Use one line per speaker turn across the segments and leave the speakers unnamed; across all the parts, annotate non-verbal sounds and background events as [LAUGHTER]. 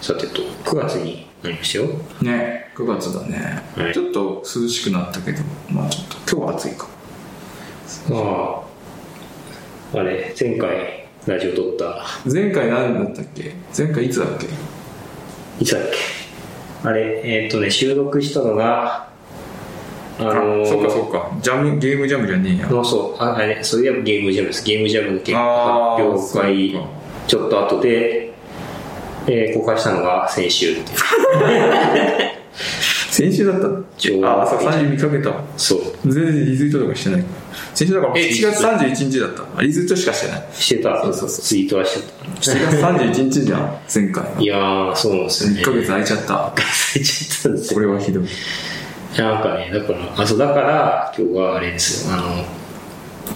さてと、9月になりましたよ。
ね9月だね、
はい
ちょっと涼しくなったけどまあちょっと今日は暑いか
ああ、あれ、前回ラジオ撮った、
前回何だったっけ前回いつだっけ
いつだっけあれ、えーっとね、収録したのが、あのー、
そっかそっかジャムゲームジャムじゃねえや
そうそう、ああれ、それでゲームジャムです。ゲームジャムの結
あ
果
ー
発表会
そっか、
ちょっと後で、えー公開したのが先週っていう
先週だったの
ちょうど
ああ朝3時見かけた
そう、
全然リツイートとかしてない先週だから
え
7月31日だったあリツイートしかしてない
してた、
そうそうそう
ツイートはして
7月31日じゃん前回
た。いやー、そうなんですよね。
1ヶ
[LAUGHS]
月空いちゃった
忘れちゃったんですよ。
これはひどい
なんかね、だから、あ、そう、だから、今日はあれですよ、あの、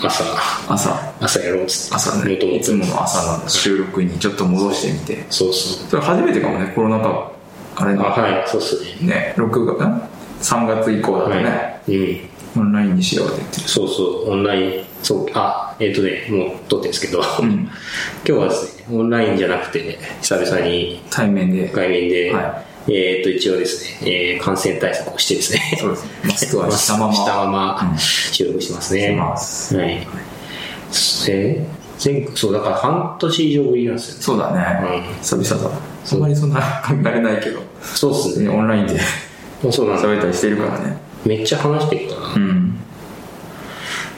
朝、
朝
朝やろうっつって。
朝ね
もとも
い
と
つもの朝の収録にちょっと戻してみて
そうそう。
それ初めてかもねコロナ禍あれ
あ、
の
はい、そうっすね。
ね6月ん3月以降だとね、
はい。うん。
オンラインにしようって言って
そうそう、オンライン、そう、あ、えっ、とね、もう撮ってるんですけど、
ん
今日はですね、オンラインじゃなくて、ね、久々に
対面で
対面で、
は
えっ、と、一応ですね、えー感染対策をしてですね、
そうですマスクはしたまま
下ま
うん
ま収録してますね。
してます
はい。えー前そう、だから半年以上ぶりなんですよね。
そうだね、
うん
久々だ
そ
あ
うん
まりそんな [LAUGHS] 考えれないけど、
そうっすね。
ね、オンラインで
もうそうなんだ。
喋ったりしてるからね
めっちゃ話してるからな。
うん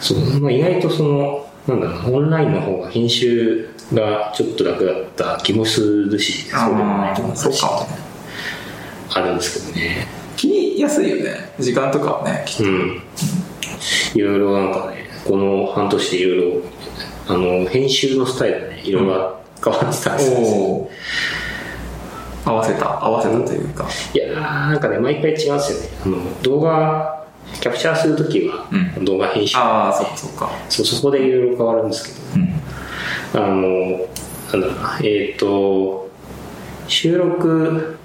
そう、まあ、意外とその、なんだろうな、オンラインの方が編集がちょっと楽だった気もするし、
あ
そうでもない
あそうかもね
あるんですけどね。
切りやすいよね時間とかはね
うん。いろいろなんかね、この半年でいろいろ、あの、編集のスタイルがね、いろいろ変わってたんですよ。
おお合わせた合わせたというか、
いやーなんかね、毎回違うんですよね。あの、動画、キャプチャーするときは、動画編集、
ああそっかそっか
そうそこでいろいろ変わるんですけど、
うん
あの、なんだろうな、えっ、と、収録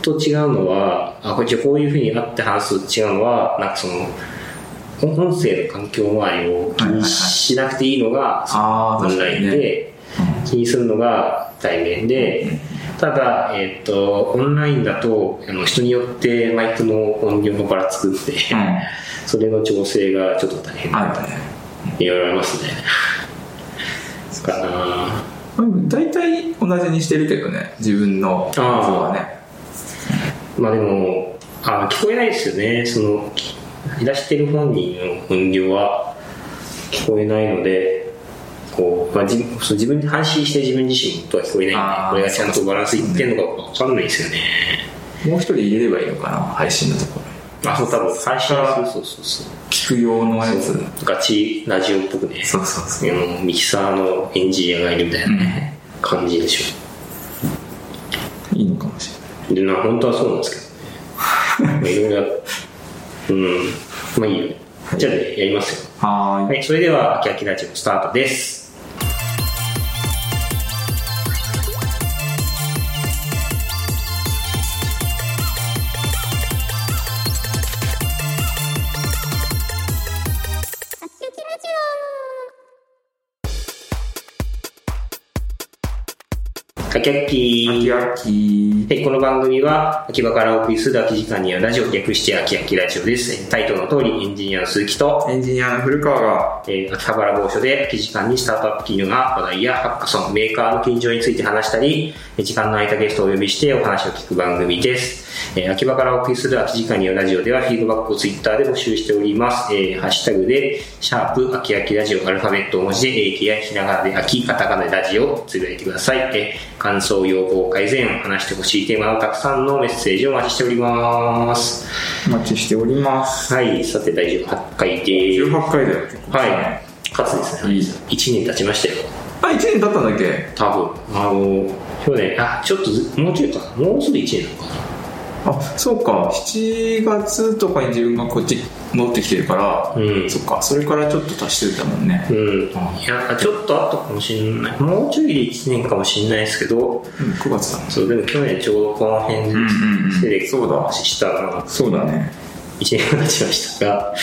と違うのは、あ、こっちこういうふうにあって話すと違うのは、なんかその、音声の環境周りを気にしなくていいのが、
ああ
オン
確か
ライ
に
ン
ね
で、気にするのが対面で、ただ、えっ、と、オンラインだと、あの人によってマイクの音量がばらつくんで、
うん
それの調整がちょっと大変。
あるね
いろいろありますね。かな
うん大体同じにしてるけどね自分の像はね
まあでも、あ聞こえないですよね。その、いらしてる本人の音量は聞こえないので、こう、まあ、自分そう自分で安心して自分自身の音は聞こえ
あ
ないんでこれ
ー、
がちゃんとバランスいってんのかわかんないですよね。
もう一人入れればいいのかな配信のところ
あ、そう、多分、
最
最
初
初
は
は、そうそうそう
聞く用のやつ
そう。ガチラジオっぽくね。
そうそうそう
あのミキサーのエンジニアがいるみたいなね、感じでし
いいのかもし
ょ。で、な、本当はそうなんですけどね。まあいろいろや、うん。まあいいよ。じゃあね、やりますよ。
れないはー
はいい、それでは、秋秋ラジオスタートです。秋秋
あきあき
はい、この番組は、秋葉からお送りする秋時間にあるラジオ、略して秋秋ラジオです。タイトルの通り、エンジニアの鈴木と、
エンジニアの古川が
えー秋葉原某所で空き時間にスタートアップ企業が話題やハッカソン、メーカーの近所について話したり、えー時間の空いたゲストをお呼びしてお話を聞く番組です。えー秋葉からお送りする空き時間によるラジオではフィードバックをツイッターで募集しております。えーハッシュタグで、シャープ、秋秋ラジオ、アルファベット大文字で、AKI ひながらで秋、カタカナでラジオをつぶやいてください。えー感想、要望、改善、話してほしいテーマなどたくさんのメッセージをお待ちしております。
お待ちしております
はい、さて第18回です。
18回だよ
はい。かつですね、
いい
1年経ちましたよ。
あ1年経ったんだっけ
多分。あの、去年、あ、ちょっとず、もうちょいかな。もうすぐ1年なのか
あそうか7月とかに自分がこっち戻ってきてるから、
うん
そっかそれからちょっと足してたもんね
な。うん。いや、ちょっとあったかもしれない。もうちょいで1年かもしれないですけど、
うん9月だもん
そう、でも去年ちょうどこの辺で
んうんうん、
セレクト
そうだ
の話したら、
そうだね
1年経ちましたが、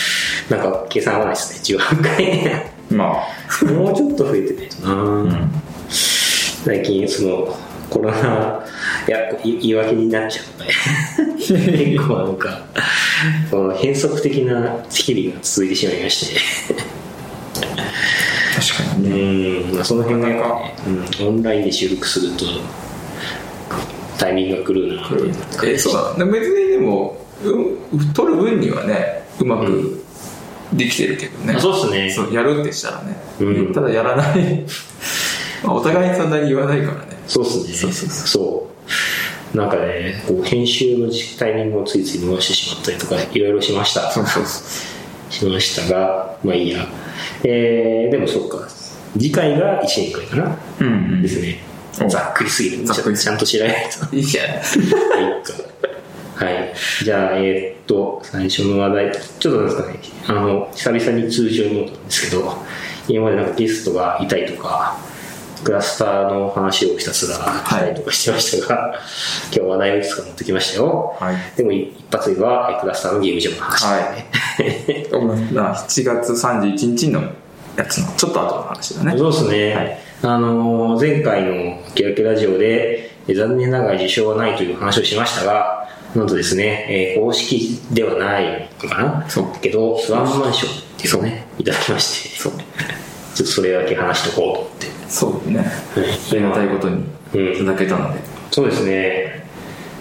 なんか計算合わないですね、18回。
まあ
もうちょっと増えてないとな、
ん
最近そのコロナ、 [LAUGHS] いや、こうい言い訳になっちゃうので、結構なんか、この変則的な日々が続いてしまいまして、
確かに
う
ね
ん、まあ、その辺がやっぱね、うん、オンラインで収録すると、タイミングが狂うなという
えそうだでも別にでも、うん、取る分にはねうまくできてるけどね、
あそうっすね
そうやるってしたらね、
うん
ただやらない [LAUGHS] まあお互いそんなに言わないからね
そうっすね。
そうそうそ
そうなんかね、こう編集のタイミングをついつい逃してしまったりとか、いろいろしました。
そうそうそ
しましたが、まあいいや。えー、でもそっか。次回が1年くらいかな。
ううんうん
ですね。
お
ざっくりすぎる。
ざっくり
ちゃんちゃんと知らないと。 [LAUGHS]
いいじゃん
はいはい。じゃあ、えーっと、最初の話題、ちょっとなんですかね、あの、久々に通常に戻ったんですけど、今までなんかゲストがいたりとか、クラスターの話をひたすらしたりとかしてましたが、今日話題をいくつか持ってきましたよ。
はい
でも一発目は、えクラスターのゲームジャムの話。 [LAUGHS]
はい [LAUGHS] まあ7月31日のやつのちょっと後の話だね
そうですね、
はい
あのー前回の「キラキラジオで」えー残念ながら受賞はないという話をしましたがなんとですね、えー公式ではないのかな
そう
けどスワンマン賞っていうのをねいただきまして
そう
ちょっとそれだけ話しとこうと思って
そうねありがたいことに
うん
いただけたので、
そうですね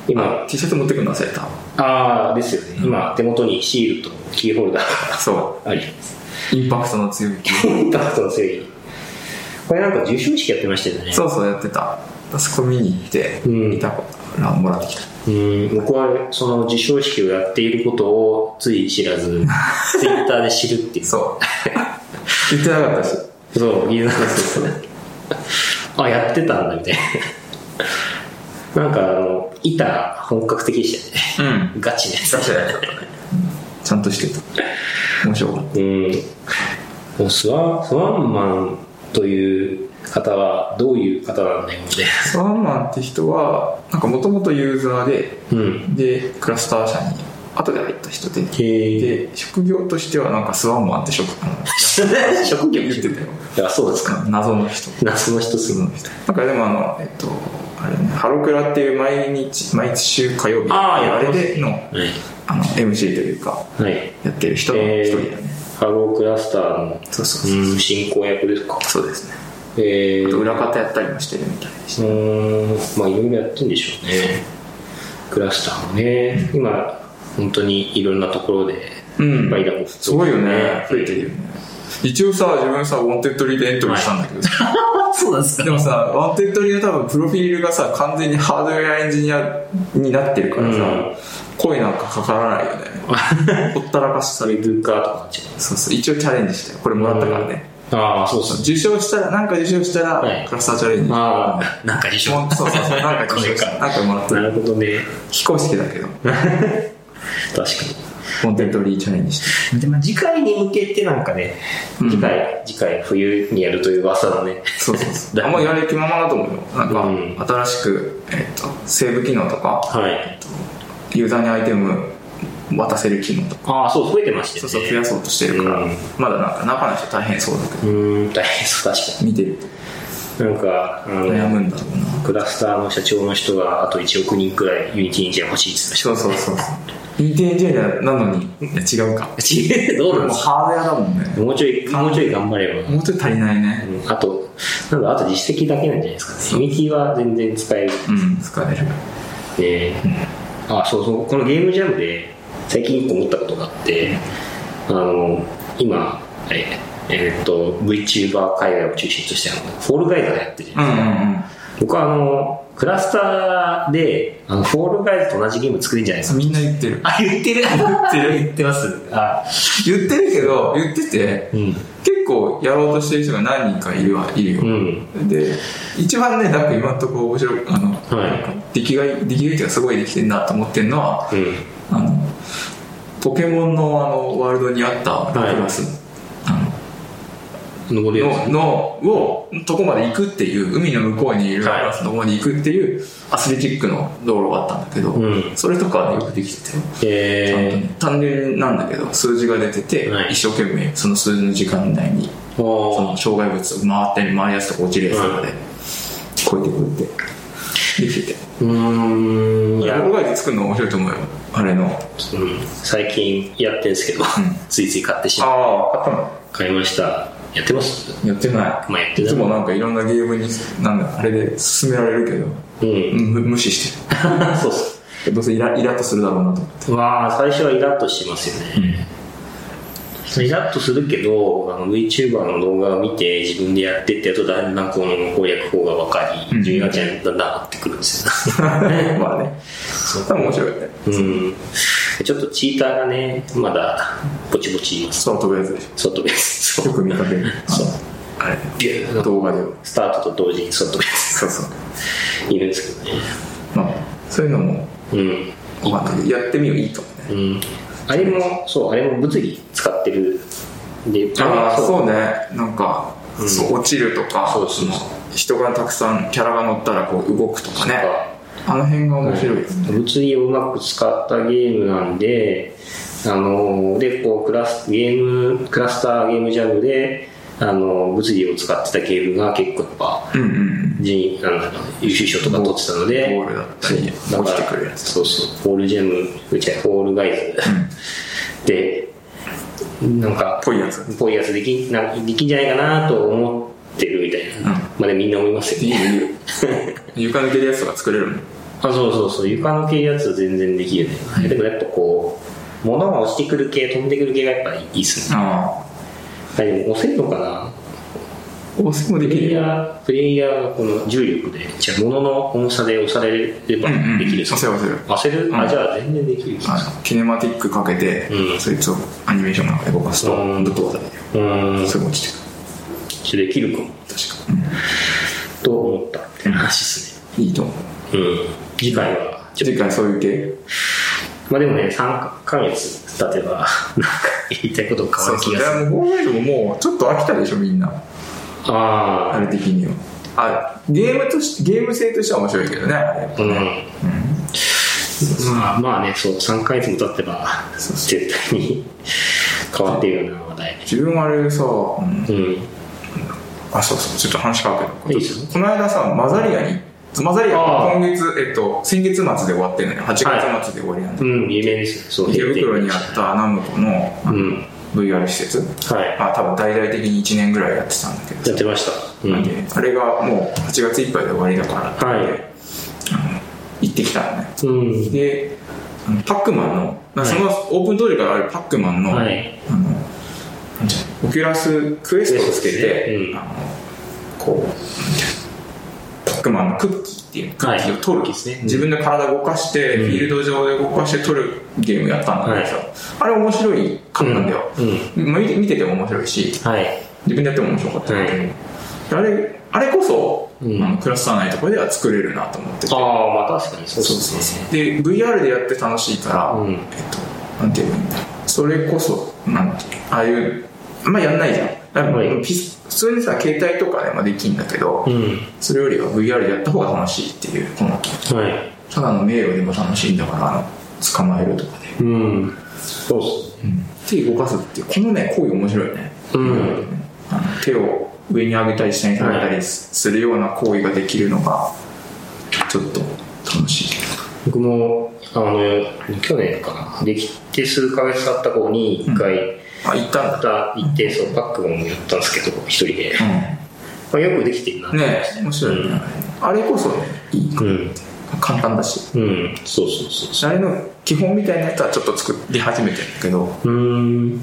今
T シャツ持ってくるの忘れた
ああですよね今手元にシールとキーホルダー
そ
があり
[LAUGHS]
ます
うインパクトの強い
インパクトの強いこれなんか授賞式やってましたよね
そうそうやってたあそこ見に行って
うん
見たからもらってきた、
うん、僕はその授賞式をやっていることをつい知ら [LAUGHS] ず、ツイッターで知るっていう。そ
そう言ってなかったし
う、言えなかったですね。あ、やってたんだ、みたいな。なんか、あの、板本格的でしたよね。
う
ガチのやつ。
出してなかったねちゃんとしてた面白かっ
うん。もうスワン、スワンマンという方はどういう方なんだよ、みたい
たスワンマンって人はなんかもともとユーザーで
な。うん。
でクラスター社に後で入った人で
へえ。
で職業としてはなんかスワンマンって職あの
職業
言ってたよ
あ、そうですか。
謎の人
夏の一つ
謎の人なんかでもあのえっとあれねハロクラっていう毎日毎週火曜日
あーや
あ
ってま
れ
す
での
は
あの MC というか
い。はい。
やってる人の一
え
人だね、
ー、ハロークラスターの
そうそうそう、
うん進行役ですか。
そうですね
え
あと
ー、
裏方やったりもしてるみたいでし
うーん、まあいろいろやってんでしょうね。クラスターもね、今、本当にいろんなところで、
たうん
バイダも
すごいよね増えてるよね一応さ自分さワンテッドリーでエントリーしたんだけどさ、 [LAUGHS]
そうなんです
でもさワンテッドリーは多分プロフィールがさ完全にハードウェアエンジニアになってるからさ、
うん
声なんかかからないよねほったらかしさ
そ
れ
れ
る
ブッカーとかになっちゃ
そうそう一応チャレンジしたよこれもらったからね、
う。ああ、そうですね。
受賞したらなんか受賞したら、
はい
クラスターチャレンジ
ああ、なんかでし
もう [LAUGHS] そうそうそうなんか受賞したなんか
[LAUGHS]
もらった
なるほどね。
非公式だけど
確かに。
コンテントリーチャレンジして
で、まあ次回に向けてなんかね、
うん
次回、次回冬にやるという噂のね。
そうそうそう
だ
あんまやる気ままだと思うよなんか、
うん
新しく、えっとセーブ機能とか
はい。
ユーザーにアイテム渡せる機能とか
ああ、そう、増えてました
そう
よね。
そう増やそうとしてるから、
うん
まだなんか中の人大変そうだけ
うーん、大変そう、確か
ど見てる
に。なんか、あ
と
の、
悩むんだろうな
クラスターの社長の人があと1億人くらいユニティエンジン欲しいって
そうそうそうそうインテリジェンなのにいや違うか
言ってた [LAUGHS] 人。どうなん
も
で
う
す
ハードウェアだもんね
かもうちょい、もうちょい頑張れば。
もうちょい足りないね
うんあと、なんだ、あと実績だけなんじゃないですかね。ユニティは全然使える
うん疲れる
で、あ、そうそう、このゲームジャムで最近1個思ったことがあって、あの、今、ええーっと、VTuber 海外を中心として、あのフォールガイズがやってるじゃ
う
ないですか
んうんうん
僕はあの、クラスターで、あの、フォールガイズと同じゲーム作るんじゃないですか。
みんな言ってる
あ、言ってる言ってる言ってます。あ、
言ってるけど言ってて
うん。
結構やろうとしてる人が何人かいるはいるよ、
うん。
で一番ねなんか今のところ面白いあの、
は
出来がいい出来がいいというかすごいできてるなと思ってるのは
うん。
あのポケモンのあのワールドにあったラクラス、
登るや
ののをとこまで行くっていう海の向こうにいる
はい
ラクラスの方に行くっていうアスレチックの道路があったんだけど、
うん
それとかはよくできてて、
つ。え
単純なんだけど数字が出てて、
はい
一生懸命その数字の時間内に
ー、
そ
も
の障害物を回ったり回りやすとか落ちるやつとかで、越えてくるってできてて
うーん、い
オ
や、
ールバイト作るの面白いと思うよあれの
うん、最近やってんですけど、ついつい買ってしまう。
ああ買ったの
買いました。やってます
やってない、
まあやってない
つもなんかいろんなゲームになんだあれで勧められるけど、
うん。 [LAUGHS]
む無視して
そうっす。
るどうせイライラッとするだろう
[LAUGHS]
なと思 [LAUGHS] って
まあ、最初はイラッとしますよね。イラッとするけど、あの VTuber の動画を見て自分でやってってやるとだんだんこの攻略法が分かり、
うん
順位がちゃんとだんだん上がってくるんですよ。
まあね
そう
多分面白いよね
うん。ちょっとチーターがね、まだぼちぼちいます。
空飛ぶやつでし
外です。
ょ
そ
よ
う。
く見かける
そう
あれ
ビュー
動画で
スタートと同時に外です。
そうそう
いるんですけどね。
まあそういうのも
うん。
分かんないけどやってみよういいと思うね
うん、あれもそうあれも物理使ってるで
ああ
れ
そうねなんか、
うん
そう落ちるとか
そうそうそう
の人がたくさんキャラが乗ったらこう動くとかねあの辺が面白いですね、
物理をうまく使ったゲームなんであのでこうクラスゲームクラスターゲームジャムであの物理を使ってたゲームが結構やっぱ
うんうん
順位あの優秀賞とか取ってたので
ボールだったり
そう
落
だ
ち
か
て
ら
くるやつ
そうそうホールジェムうちはホールガイズ、でなんか
ぽいやつ
っぽいやつできなんできんじゃないかなと思ってるみたいな、
うん
まあでみんな思いますよ
いい
ね
よいいよ床抜けるやつとか作れるもん
あそうそうそう床抜けるやつは全然できるね、でもやっぱこう物が落ちてくる系飛んでくる系がやっぱいいっすね
あ
あでも押せるのかな
あ押すもで
プ
き
レイ
る
ヤ
よ
ープレイヤーがこの重力でじゃあ物の重さで押されれば
うんうん
できる
押せる押せる
せる、
う
あ
ん
じゃあ全然できる
あのキネマティックかけて、
うん
そいつをアニメーションの中で動かすと
うん
ぶっ飛ばされて
うーん
すぐ落ちてく
それできるかも
る確か、
と思ったって話ですね
うん、いいと思う
うん次回はちょっと
次回そういう系
まあでもね3ヶ月経てばなんか言いたいこと変わる気がする
そうそうでもゴールドももうちょっと飽きたでしょみんなあ
あ
れ的にはあゲームとしゲーム性としては面白いけどねあれ
あうん、まあまあねそう3ヶ月も経ってば
そうそ
絶対に変わっているような話題
自分あれさ、うん
うん
あそうそうちょっと話変わるけど
いいですよ
この間さマザリアにマザリア
あ
が
あ
今月、えっと、先月末で終わってるのよ8月
は
末で終わりなんだ、
うん有名ですねそう
池袋にあったナムコのあ
う
の
ん
VR 施設、
はい
あ多分大々的に1年ぐらいやってたんだけどさ
やってましたう
なん
ん
であれがもう8月いっぱいで終わりだからって、
はい
あの行ってきたのね
うん
であのパックマンのなんかそのオープン当時からあるパックマンの,、
はい
あのなんていうのオキュラスクエストをつけ
クエストで
て、
すねうん
あのこうなんていうのパックマンのクッキーっていうクッキーを取る、
はいですねうん
自分で体動かして、
うん
フィールド上で動かして取るゲームやったんだけどさ、あれ面白いかったんだよ、
うん
まあ見て見てても面白いし
はい
自分でやっても面白かったんだけど、あれあれこそ、
うん
あのクラスター内とかでは作れるなと思ってて
ああまあ確かにそう
そう
です
そう
ね
そうで VR でやって楽しいから、
うん
えっとなんて言えばいいんだろうそれこそなんてああいうあんまやんないじゃんだから
はい
ピス普通にさ携帯とかでもできんだけど、
うん
それよりは VR でやった方が楽しいっていうこの
はい
ただの迷路でも楽しいんだからあの捕まえるとか
う
で、
んそうっす
手動かすっていうこのね行為面白いよね、
うん
あの手を上に上げたり下に下げたりするような行為ができるのがちょっと楽しい
僕もあの去年かなできて数ヶ月経った頃に一回、
あ行ったんだ
また行ってそうパックマンもやったんですけど一人で、
うん
まあ、よくできてるな
ね面白いね、あれこそねいい
うん
簡単だし
うんそうそうそ
あれの基本みたいなやつはちょっと作り始めてるけど
ううーん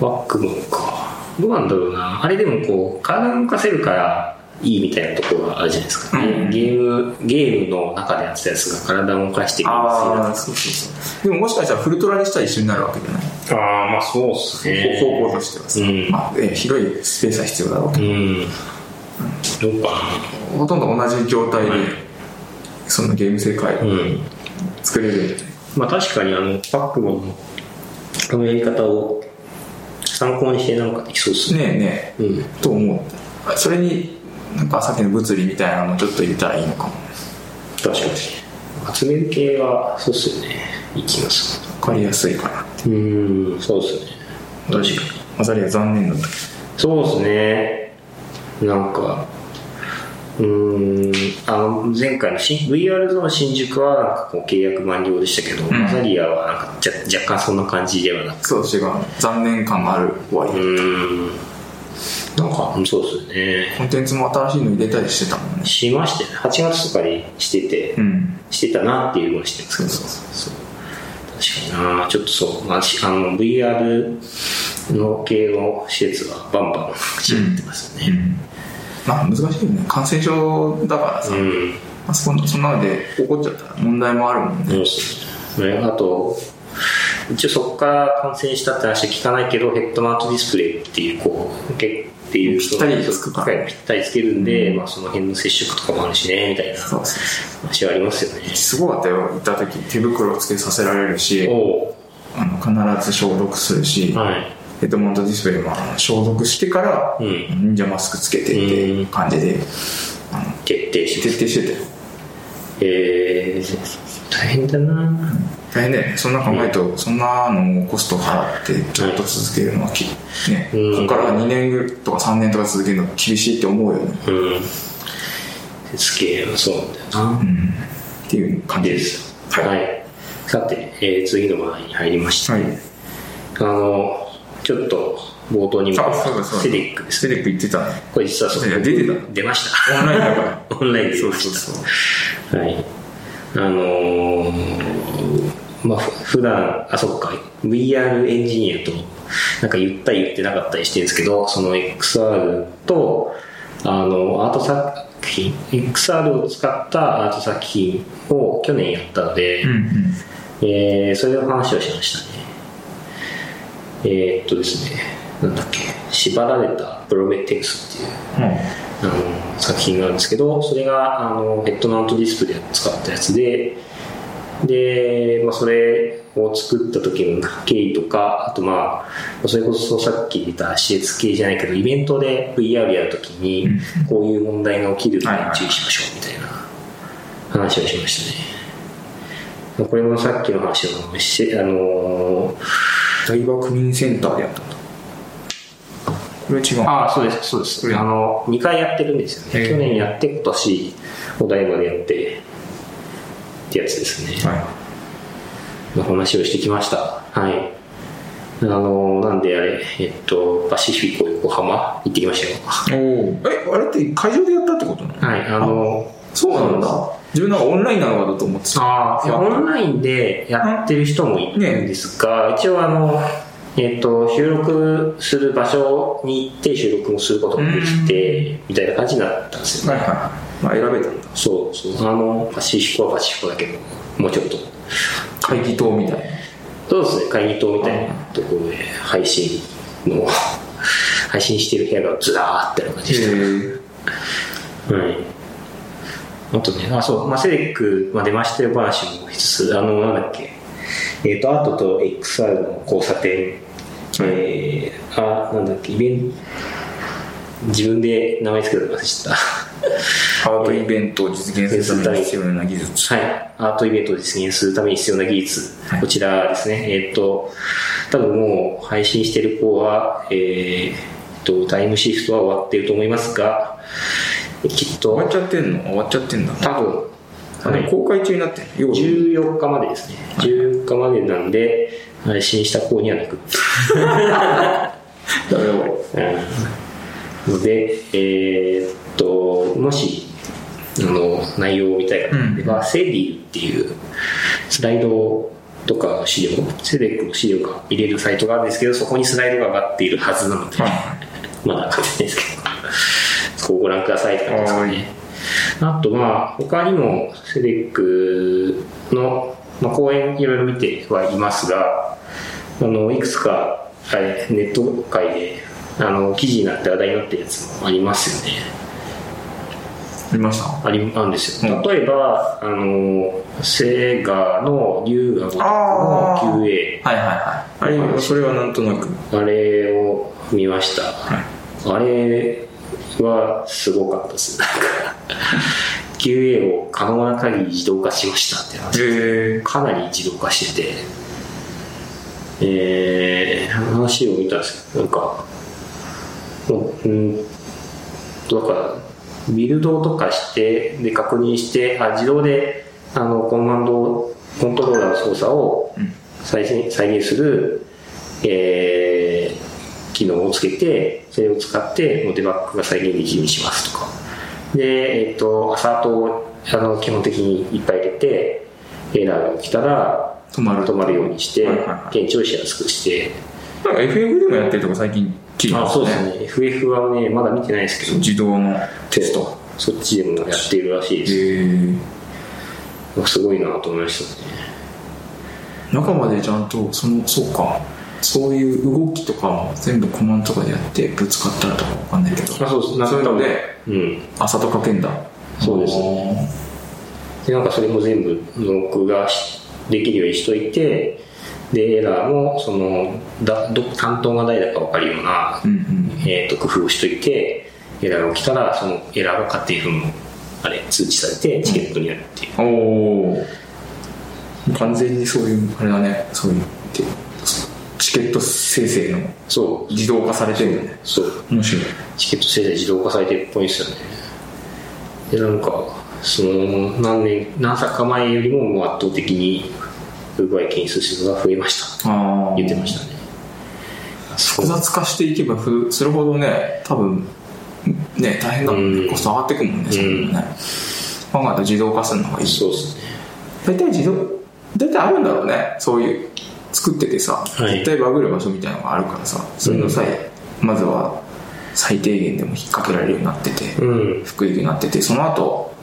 パックマンかどうなんだろうなあれでもこう体動かせるからいいみたいなところがあるじゃないですか、
うん
ゲームゲームの中でやってたやつが体を動かしてくれる
あ
あ
あそうそうそうでももしかしたらフルトラにしたら一緒になるわけじゃない、
あーまあそうっすね
方向としてはさ、
うん
まあね広いスペースは必要だろうけ
うんどうか
どほとんど同じ状態で、
はい
そのゲーム世界
なう
を
ん
作れるんじゃない
まあ確かにあのパックマンのあのやり方を参考にしてなんかできそうっすね
ねえね
うん
えと思うあそれになんかさっきの物理みたいなのもちょっと入れたらいいのかも
確かに集める系はそうっすよねいい気がす
分かりやすいかな
るうんそうっすね確かに
マザリア残念だった
そうっすねなんかうーんあの前回の新 VR ゾーン新宿はなんかこう契約満了でしたけど、
ん
マザリアはなんかじゃ若干そんな感じではなく
そう違う残念感がある終わ
う
り
ーん
なんか
うんそうですね
コンテンツも新しいの入れたりしてたもんね
しましたよね8月とかにしてて、
うん
してたなっていうのはしてますけ
そう
ど
そう
そ
そう
う確かになちょっとそう、まあ、しあの VR の系の施設はバンバン走ってますよね
まあ難しいよね感染症だからさ、
うん、
あそこのそんなので怒っちゃったら問題もあるもんね
そうですねあと一応そこから感染したって話は聞かないけどヘッドマウントディスプレイっていうこうけっていう
ぴったりつくか
そ
ら
の機械をぴったりつけるんで、まあ、その辺の接触とかもあるしねみたいな
そうそうそう
話はありますよね
すごかったよ行った時手袋をつけさせられるし
お
あの必ず消毒するし、
おはい
ヘッドマウントディスプレイもあの消毒してから、
うん
忍者マスクつけてっていう感じで、あの
徹底して
徹底してたよ
えー、大変だな
大変だよねそんな考えると、そんなのをコスト払ってずっと続けるのはき、ね
うん
ここから2年とか3年とか続けるの厳しいって思うよね、
うんすげえそうなんだよな
うん、っていう感じ
で
です
す。はい。さて、えー次の話題に入りました。
はい
あの、ちょっと冒頭にも
あそうだそうだ
セディックです
セレク言ってたね
これ実はそう
いや出てた
出ました。 [LAUGHS]
オンラインだから
オンラインで出
[LAUGHS] そう
まし
そ
た。
うそう
はい。あのーまあ、ふ普段、あ、そっか、VR エンジニアと、なんか言ったり言ってなかったりしてるんですけど、その XR と、あの、アート作品、XR を使ったアート作品を去年やったので、
うんうん
えーそれの話をしましたね。えーっとですね、なんだっけ、縛られたプロメテウスっていう、あの作品があるんですけどそれがあのヘッドマウントディスプレイを使ったやつでで、まあ、それを作った時の経緯とかあとまあそれこそさっき言った施設系じゃないけどイベントで VR やる時にこういう問題が起きるので注意しましょうみたいな話をしましたね。これもさっきの話をし、あの
大学民センターでやったとこれ違う
ああ、そうです、そうです。
うん
あの、2回やってるんですよ
へ
ね。
え
去年やって、今年、お台場でやって、ってやつですね。
はい
の話をしてきました。はい。あの、なんであれ、えっと、パシフィコ横浜行ってきましたよ。
おおえあれって会場でやったってことなの
はい、あの、
そうなんだ自分なんかオンラインなのかだと思ってた
ああ、オンラインでやってる人もいるんですが、一応あの、えっと、収録する場所に行って収録もすることもできて、みたいな感じになったんですよね。
はいはい、まあ、選べたんだ
そうそうあのパシフィコはパシフィコだけどもうちょっと
会議棟みたいな
そうですね会議棟みたいなところで配信の [LAUGHS] 配信してる部屋がずらーってな感じでし
え
た、はいあとねあそう、まあ、セレック、まあ、出ましたよ話もしつつあのなんだっけえっ、とアートと XR の交差点、えー、あなんだっけイベント自分で名前つけたの忘れちゃった
アートイベントを実現するために必要な技術
はい、アートイベントを実現するために必要な技術、
はい
こちらですね、えーっと、多分もう配信してる方は、えーっと、タイムシフトは終わっていると思いますが、きっ
終わっ
と、
ちゃってんの終わっちゃってんだ、
多分、は
あの
い、
公開中になってんの要は
14日までですね、14日までなんで、配信した方にはなく、
だよ
うん、ので、えーっと、もし、あの、内容を見たい方では、セディっていうスライドとか資料、セデックの資料が見れるサイトがあるんですけど、そこにスライドが上がっているはずなので、
は
まだ上がってないですけど、こうご覧くださいって感じですか
はい
ね。あと、まあ、他にもセデックの、まあ、講演いろいろ見てはいますが、あの、いくつか、あれネット界で、あの、記事になって話題になってるやつもありますよね。
見ました
ありあるんです
うん
よ。例えば、あの、セガの龍が如く
あー
の QA、
はいはいはいあれそれはなんとなく
あれを見ました。
はい
あれはすごかったです。なんか [LAUGHS] QA を可能な限り自動化しましたって話。
へえ
かなり自動化してて、えー、話を見たんですけど、なんか、もううん、だから、ビルドとかして、で、確認して、あ、自動で、あの、コマンド、コントローラーの操作を
うん
再現再現する、えー機能をつけて、それを使って、もうデバッグが再現できるようにしますとか。で、えっと、アサートを、あの、基本的にいっぱい入れて、エラーが起きたら、
止まる
止まるようにして
はいはいは、い
検知をしやすくして、
なんか FF でもやってるとこ最近聞いて
あ
ます
そう
ね
ですね。FF はね、まだ見てないですけど、
自動のテスト
そっちでもやっているらしいです。
へえ
すごいなと思いましたね。
中までちゃんとそのそうかそういう動きとかも全部コマンドとかでやってぶつかったらとかわかんないけど
あ、そうです。なんか
そういうので
うん。
朝とかけんだ
そうです
ね
で、なんかそれも全部、録画しできるようにしといて、で、エラーも、その、だど担当が誰だか分かるような
う、んうん
えーと、工夫をしといて、エラーが起きたら、そのエラーが勝手に分の、あれ、通知されて、チケットになるっていう。
おお完全にそういうあれだねそういうてチケット生成の
そう。
自動化されてるよね
そう。
面白い
チケット制で自動化されてるっぽいんですよね。で、なんか、その、何年、何作か前よりももう圧倒的に不具合件数数が増えました。
ああ
言ってましたね。そ
複雑化していけばふそれほどね多分ね大変だもん
う
ね
ん
コスト上がってくもんね、
ん
それもね考えたら自動化するのがいい
そうですね。
大体自動大体あるんだろうねそういう作っててさ、
い
絶対バグる場所みたいなのがあるからさそういうのさえ、まずは最低限でも引っ掛けられるようになってて、
うん。
福井になっててその後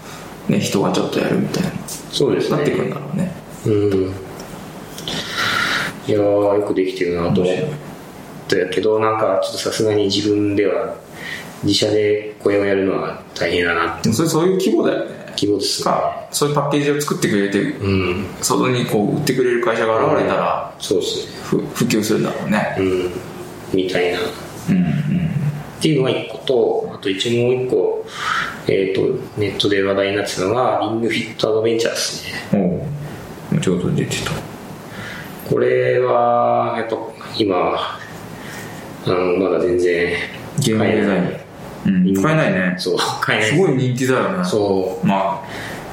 ね人がちょっとやるみたいな
そうですね。
なってくるんだろうね
うん。いやー、よくできてるなと思っ
面
たけど、なんか、ちょっとさすがに自分では、自社でこれをやるのは大変だなって
でもそれそういう規模だよね
希望ですね。
がそういうパッケージを作ってくれて
うん。
外にこう売ってくれる会社が現れたら
そうですね。
ふ普及するんだろうね
うん。みたいな。
うんうん
っていうのが一個と、あと一応もう一個、えっ、と、ネットで話題になってたのが、リングフィットアドベンチャーですね。
おうちょうど出てた
これは、やっぱ今、あの、まだ全然、
ゲームデザインうん買えないね
そう、買えない
すごい人気だよね
そ
ま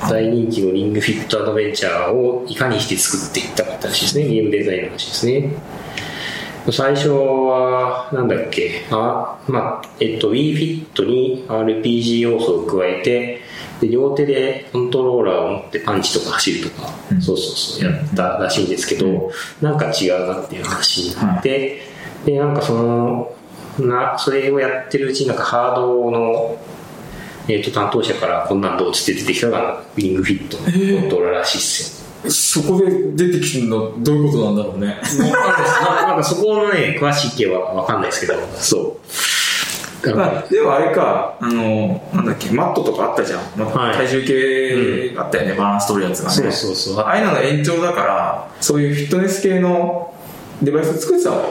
う、大人気のリングフィットアドベンチャーをいかにして作っていったかって話ですね。ゲームデザインの話ですね。最初は、なんだっけ、あ、まあ、えっと、WeFit に RPG 要素を加えて、で両手でコントローラーを持ってパンチとか走るとか、
うん
そうそうそう、やったらしいんですけど、なんか違うなっていう話になって、で、なんかその、な、それをやってるうちになんかハードの、えっ、と、担当者からこんなんどうっつって出てきたのが、ウィングフィットのコントローラーらしいっすよ。
あそこで出てきてるのどういうことなんだろうね
ななんかそこのね、詳しい系は分かんないですけど、そう。なんか
まあ、でもあれか、あの、なんだっけ、マットとかあったじゃん。まあ
はい
体重計があったよね、バランス取るやつがね。
そうそうそう。
ああいうのの延長だから、そういうフィットネス系のデバイス作ってたもんね。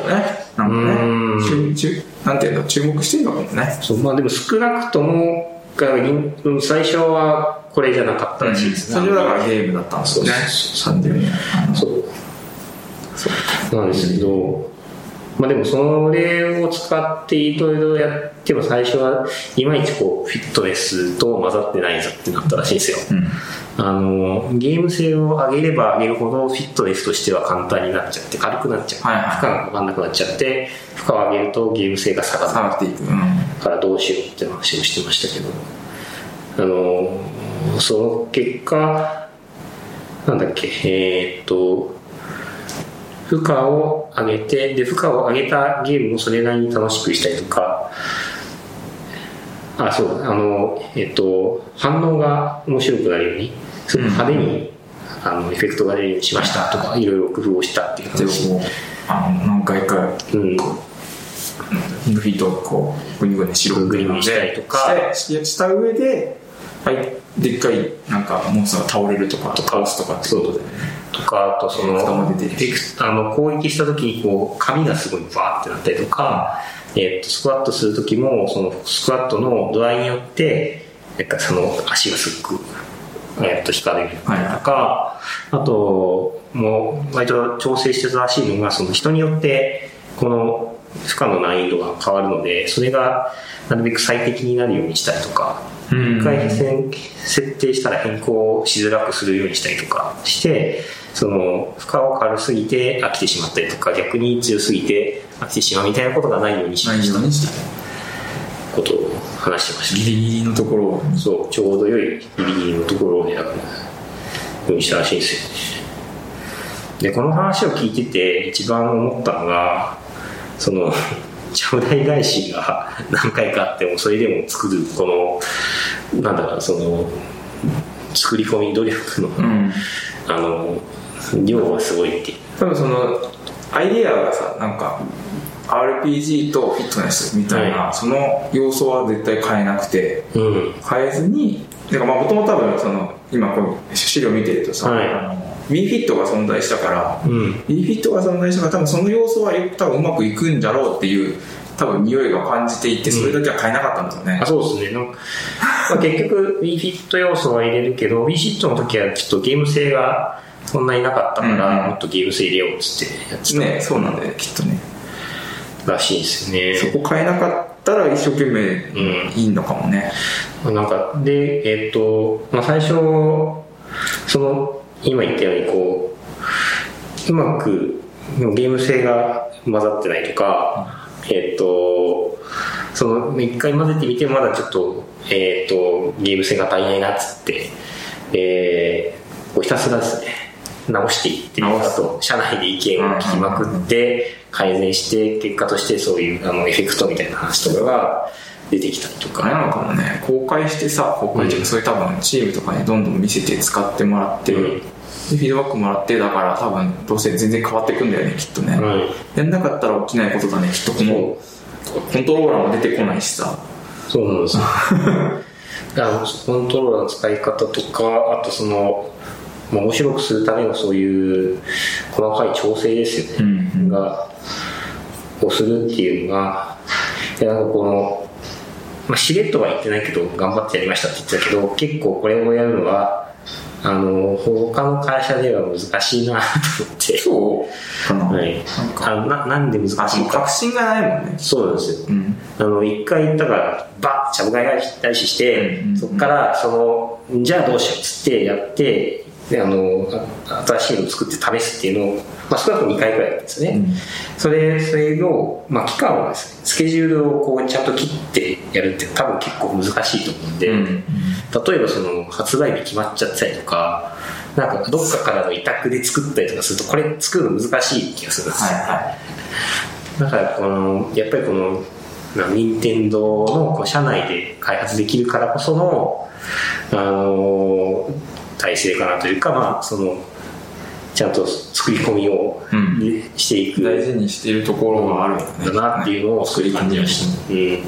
なんか
う
ね、注注なんていうの、注目してるのかもね。
そうまあでも少なくとも、がうん最初はこれじゃなかったらしいですね。
それはだからゲームだったんですよね。
そ
30年。あの
そう。なんですけど、まあでもそれを使っていろいろやっても最初はいまいちこうフィットネスと混ざってないぞってなったらしいんですよ。
うん
あのゲーム性を上げれば上げるほどフィットネスとしては簡単になっちゃって軽くなっちゃう、
はいはい
負荷がかかんなくなっちゃって負荷を上げるとゲーム性が下が
下
る
がっていく。うん
からどうしようって話をしてましたけどあのその結果なんだっけえーっと負荷を上げてで負荷を上げたゲームをそれなりに楽しくしたりとかあそうあのえっと反応が面白くなるようにすごく派手に、あのエフェクトが出るようにしましたとかいろいろ工夫をしたっていう
でも
話
こう、あの、何回か、
うん
リングフィットをこうグニグニ白く
グ
グ
ニグ
ニグ
ニ
ニ
したりとか
してした上ではいでっかいなんかモンスターが倒れるとか倒すとかってことで
とかあとその
エフェクトも出てる
エフェクトあの攻撃した時にこう髪がすごいバーってなったりとか、えっとスクワットする時もそのスクワットの度合いによってなんかその足がすごく、えっと引かれるとか、あともう割と調整してたらしいのがその人によってこの負荷の難易度が変わるので、それがなるべく最適になるようにしたりとか、
うん
一回変設定したら変更しづらくするようにしたりとかして、その負荷を軽すぎて飽きてしまったりとか、逆に強すぎて飽きてしまうみたいなことがないようにしま
何
し
色
た
にして
ことを話してました。
ギリギリのところを
そう、ちょうど良いギリギリのところを選ぶようにしたらしいんですよ。で、この話を聞いてて一番思ったのが、その、 [LAUGHS] ちゃぶ台返しが何回かあっても、それでも作る、この、なんだろう、その、作り込み努力の、
うん
あの、量がすごいって。
多分そのアイデアがさなんか RPG とフィットネスみたいな、
は
その要素は絶対変えなくて
うん。
変えずになんかまあもともと多分その今こう資料見てるとさ、
はい
あの B フィットが存在したから
うん。
B フィットが存在したから多分その要素はよく多分うまくいくんだろうっていう多分匂いが感じていてそれだけは変えなかったんですよね
あ、そうですね。なんかまあ、結局、B フィット要素は入れるけど、B フィットの時はちょっとゲーム性がそんなになかったから、
うん
もっとゲーム性入れようっつってやつ
ねそうなんだよきっとね
らしいんです
そ
よね。
こ変えなかったら一生懸
う
命
ん
いいのかもね
まあ。なんか、で、えっと、まあ、最初、その、今言ったように、こう、うまくゲーム性が混ざってないとか、えっと、その、一回混ぜてみてもまだちょっと、えっと、ゲーム性が足りないなっつって、えー、こうひたすらですね、直していって、
直
あ
す
と、社内で意見を聞きまくって、改善して、結果としてそういう、あの、エフェクトみたいな話とかが出てきたりと
あれ
か、
なのかもね公開してさ公開っていう
うん
かそういう多分チームとかにどんどん見せて使ってもらって、
うん
でフィードバックもらってだから多分どうせ全然変わってくんだよねきっとね、
はい
やんなかったら起きないことだねきっとこのコントローラーも出てこないしさ
そうなん
[LAUGHS]
ですよあのコントローラーの使い方とかあとその、まあ、面白くするためのそういう細かい調整ですよね、
ん
がをするっていうのがでなんかこの、まあ、しれっとは言ってないけど頑張ってやりましたって言ってたけど結構これをやるのはあの他の会社では難しいなと思って、
そうかな、
はい、
なんか
あななんで難しい
あその
か
確信がないもんね
そうなんですよ
うん
あの一回行ったからバッちゃぶが返したりして、
うんうんうん
そこからそのじゃあどうしようっつってやってであのあ新しいの作って試すっていうのを、まあ、少なくとも2回くらいやったんですよね、
うん
それそれを、まあ、期間をですねスケジュールをこうちゃんと切ってやるって多分結構難しいと思うんで、
うん
例えばその発売日決まっちゃったりとかなんかどっかからの委託で作ったりとかするとこれ作るの難しい気がするんですよ、
は
だからこのやっぱりこのまあ任天堂のこう社内で開発できるからこその、あの体制かなというか、まあ、そのちゃんと作り込みを
うん
ねしてい
いはい大
く
事にしているところがあるよね
んだなっていうのをすごい感じました、うん、で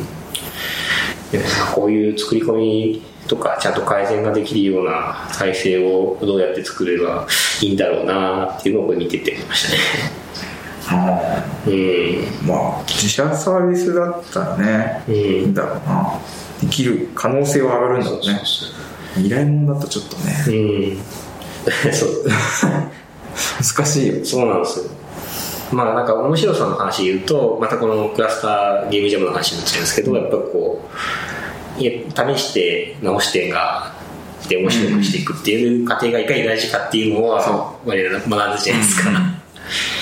こういう作り込みとかちゃんと改善ができるような体制をどうやって作ればいいんだろうなっていうのをこれ見てて思いましたね。
あ
う
ーまあ自社サービスだったらね
ん、
いい
うん
んだろうなできる可能性は上がるんだろうね依頼物だとちょっとね
うん。そう。
難しいよ
そうなんですよ。まあなんか面白さの話で言うと、またこのクラスターゲームジャムの話になっちゃうんですけど、やっぱこう、いや試して直してが、で面白くしていくっていう過程がいかに大事かっていうのは
そ、
我々学んだじゃないですか。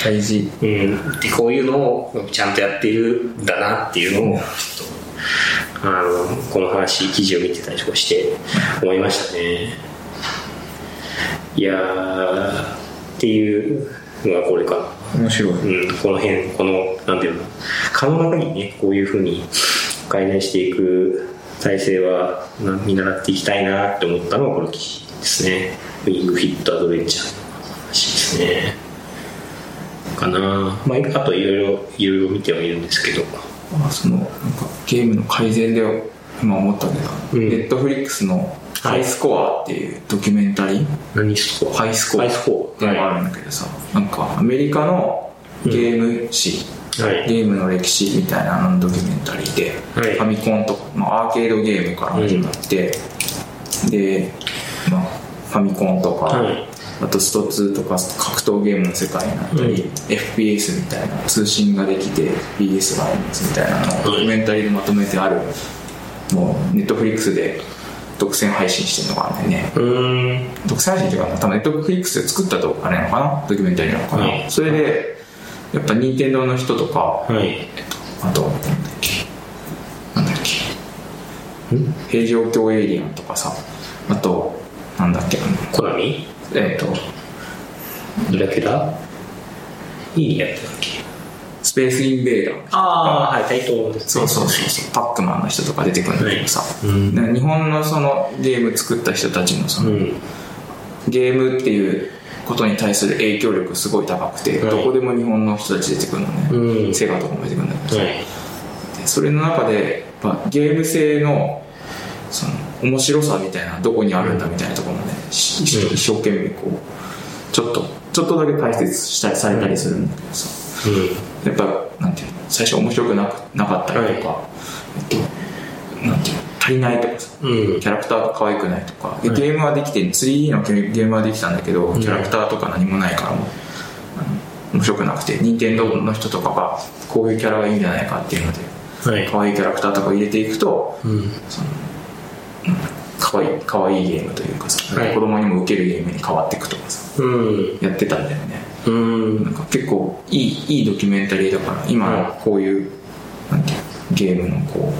大事
うん、でこういうのをちゃんとやっているんだなっていうのをちょっとあのこの話記事を見てたりとかして思いましたねいやーっていうのがこれかな
面白い
うん、この辺、この、なんていうの、可能な限りね、こういうふうに改善していく体制はな見習っていきたいなって思ったのがこの記事ですね。ウィングフィットアドベンチャーの話ですね。かなまあ、あといろいろ、いろいろ見てはいるんですけど。
あそのなんかゲームの改善で今思ったけど、
うん
ネットフリックスの「ハイスコア」っていうドキュメンタリー、
何スコア
ハイスコア
ハ
っ
イス
て
コア。
いうの
は
があるんだけどさ、なんかアメリカのゲーム誌、
い。はい。
ゲームの歴史みたいなののドキュメンタリーで、
はい
ファミコンとか、まあ、アーケードゲームから始まって、で、まあ、ファミコンとか、
はい
あとスト2とか格闘ゲームの世界になったり、
うん
FPS みたいな通信ができて BS がありますみたいなのをドキュメンタリーでまとめてあるもうネットフリックスで独占配信してるのがあるんだよね
うーん
独占配信っていうか多分ネットフリックスで作ったとあれなのかなドキュメンタリーなのかな、
はい
それでやっぱ任天堂の人とか
はい
あとなんだっけなんだっけ平城京エイリアンとかさあとなんだっけあの
コナミ
えっ、と
ドラキュラいいやったっけ
スペースインベーダー
ああはい対等です
そうそうそうそうパックマンの人とか出てくるんだけどさ、
いうん
だから日本のそのゲーム作った人たちのそうの、
ん
ゲームっていうことに対する影響力すごい高くて、
はい
どこでも日本の人たち出てくるのね、
うん
セガとかも出てくるんだけどさ、
はい
でそれの中でやっぱゲーム性のその面白さみたいなどこにあるんだみたいなところもね、し一
うん
生懸命こうちょっとちょっとだけ解説したりされたりするんだけどさ、
う
やっぱなんていうの最初面白くなくなかったりとか、えっとなんていうの足りないとかさ
んうん
キャラクターが可愛くないとか、で
はい
ゲームはできて 3D のゲームはできたんだけど、
うん
キャラクターとか何もないからもうあの面白くなくて任天堂の人とかがこういうキャラがいいんじゃないかっていうので
はい
可愛いキャラクターとかを入れていくと
うん
そのうん可愛い可愛いゲームというかさ、
はい
子供にも受けるゲームに変わっていくとかさ
うん
やってたんだよね
うん
なんか結構いいいいドキュメンタリーだから今のこういう,、なんていうのゲームのこ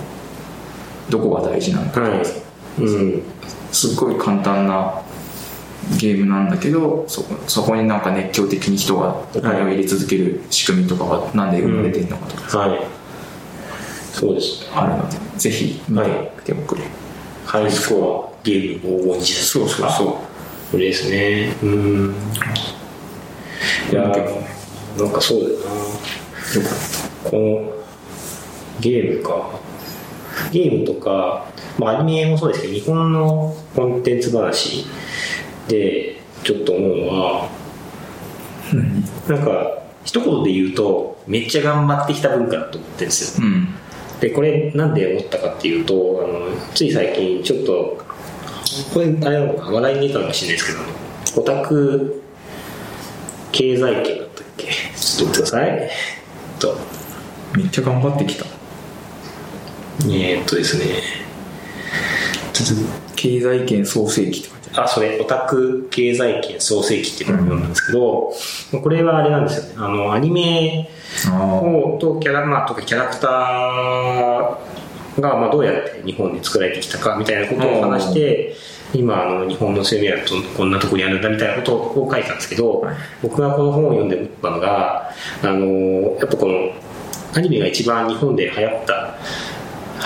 うどこが大事なのかとかさ、
はいうん
すっごい簡単なゲームなんだけどそこそこになんか熱狂的に人がお金を入れ続ける仕組みとかがなんで生まれてるのかとか
はいそうです
あるので、ぜひ見ておくれ、
ハイスコアゲーム黄金時代
そうそうそう
これですねうんいやーなんかそうだよ
よかっ
なこのゲームかゲームとか、まあ、アニメもそうですけど日本のコンテンツ話でちょっと思うのはなんか一言で言うとめっちゃ頑張ってきた文化だと思ってるんですよ
たうん
でこれなんで思ったかっていうとあのつい最近ちょっとこれあれなのかな話題に出たのかもしれないですけどオタク経済圏だったっけちょっと待ってくださいえっと
めっちゃ頑張ってきた
えーっとですねちょっ
経済圏創世記って書いて
とあそれオタク経済圏創世記っていう本なんですけど、これはあれなんですよねあのアニメ
あるあー
をとキャラ、まあ、とかキャラクターが、まあ、どうやって日本で作られてきたかみたいなことを話して、今あの日本の生命はどんこんなとこにあるんだみたいなことを書いたんですけど、
はい
僕がこの本を読んで思ったのがあのやっぱこのアニメが一番日本で流行った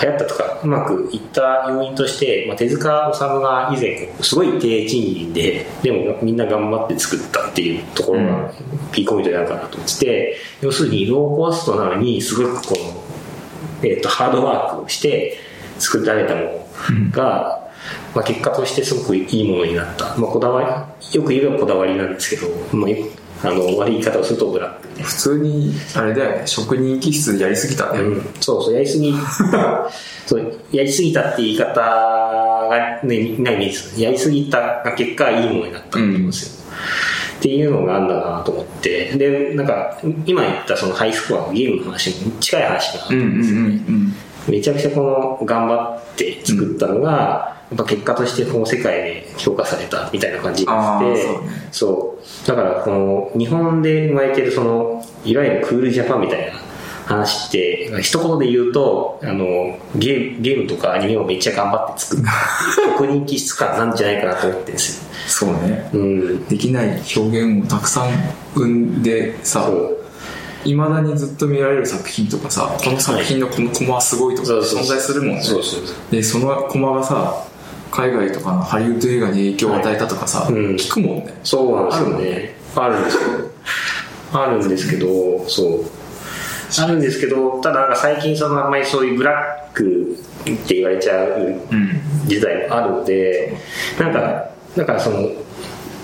流行ったとかうまくいった要因として、まあ、手塚治虫が以前こうすごい低賃金ででもみんな頑張って作ったっていうところ
う
がピーコミントになるかなと思ってて要するにローコストなのにすごくこの、えー、とハードワークをして作られたものが、まあ、結果としてすごくいいものになった、まあ、こだわりよく言えばこだわりなんですけど、まあ、よくあの悪い言い方をするとブラックみたいな
普通にあれだよね職人気質やりすぎたね、
うん、そうそう、やりす [LAUGHS] ぎ、そう、やりすぎたって言い方が、ね、ないんです。やりすぎたが結果、いいものになったと思うんですよ。っていうのがあんだなと思って、で、なんか、今言ったそのハイスコアのゲームの話に近い話が、
うんうんうん
めちゃくちゃこの頑張って作ったのが、やっぱ結果としてこの世界で評価されたみたいな感じになってて
あーそうね
そうだからこの日本で生まれてるそのいわゆるクールジャパンみたいな話って一言で言うとあのゲームゲームとかアニメをめっちゃ頑張って
[LAUGHS]
作る職人気質感なんじゃないかなと思ってるんですよ、
そうね
うん、
できない表現をたくさん生んでさ
そう
いまだにずっと見られる作品とかさこの作品のこのコマはすごいとか
そうそう
存在するもんね
そうそうそう
でそのコマがさ海外とかのハリウッド映画に影響を与えたとかさ、
いうん
聞くもんね
そうなんですよね。あるんですけど。あるんですけど、そう。あるんですけど、ただなんか最近そのあんまりそういうブラックって言われちゃう
うん
時代もあるので、なんか、だからその、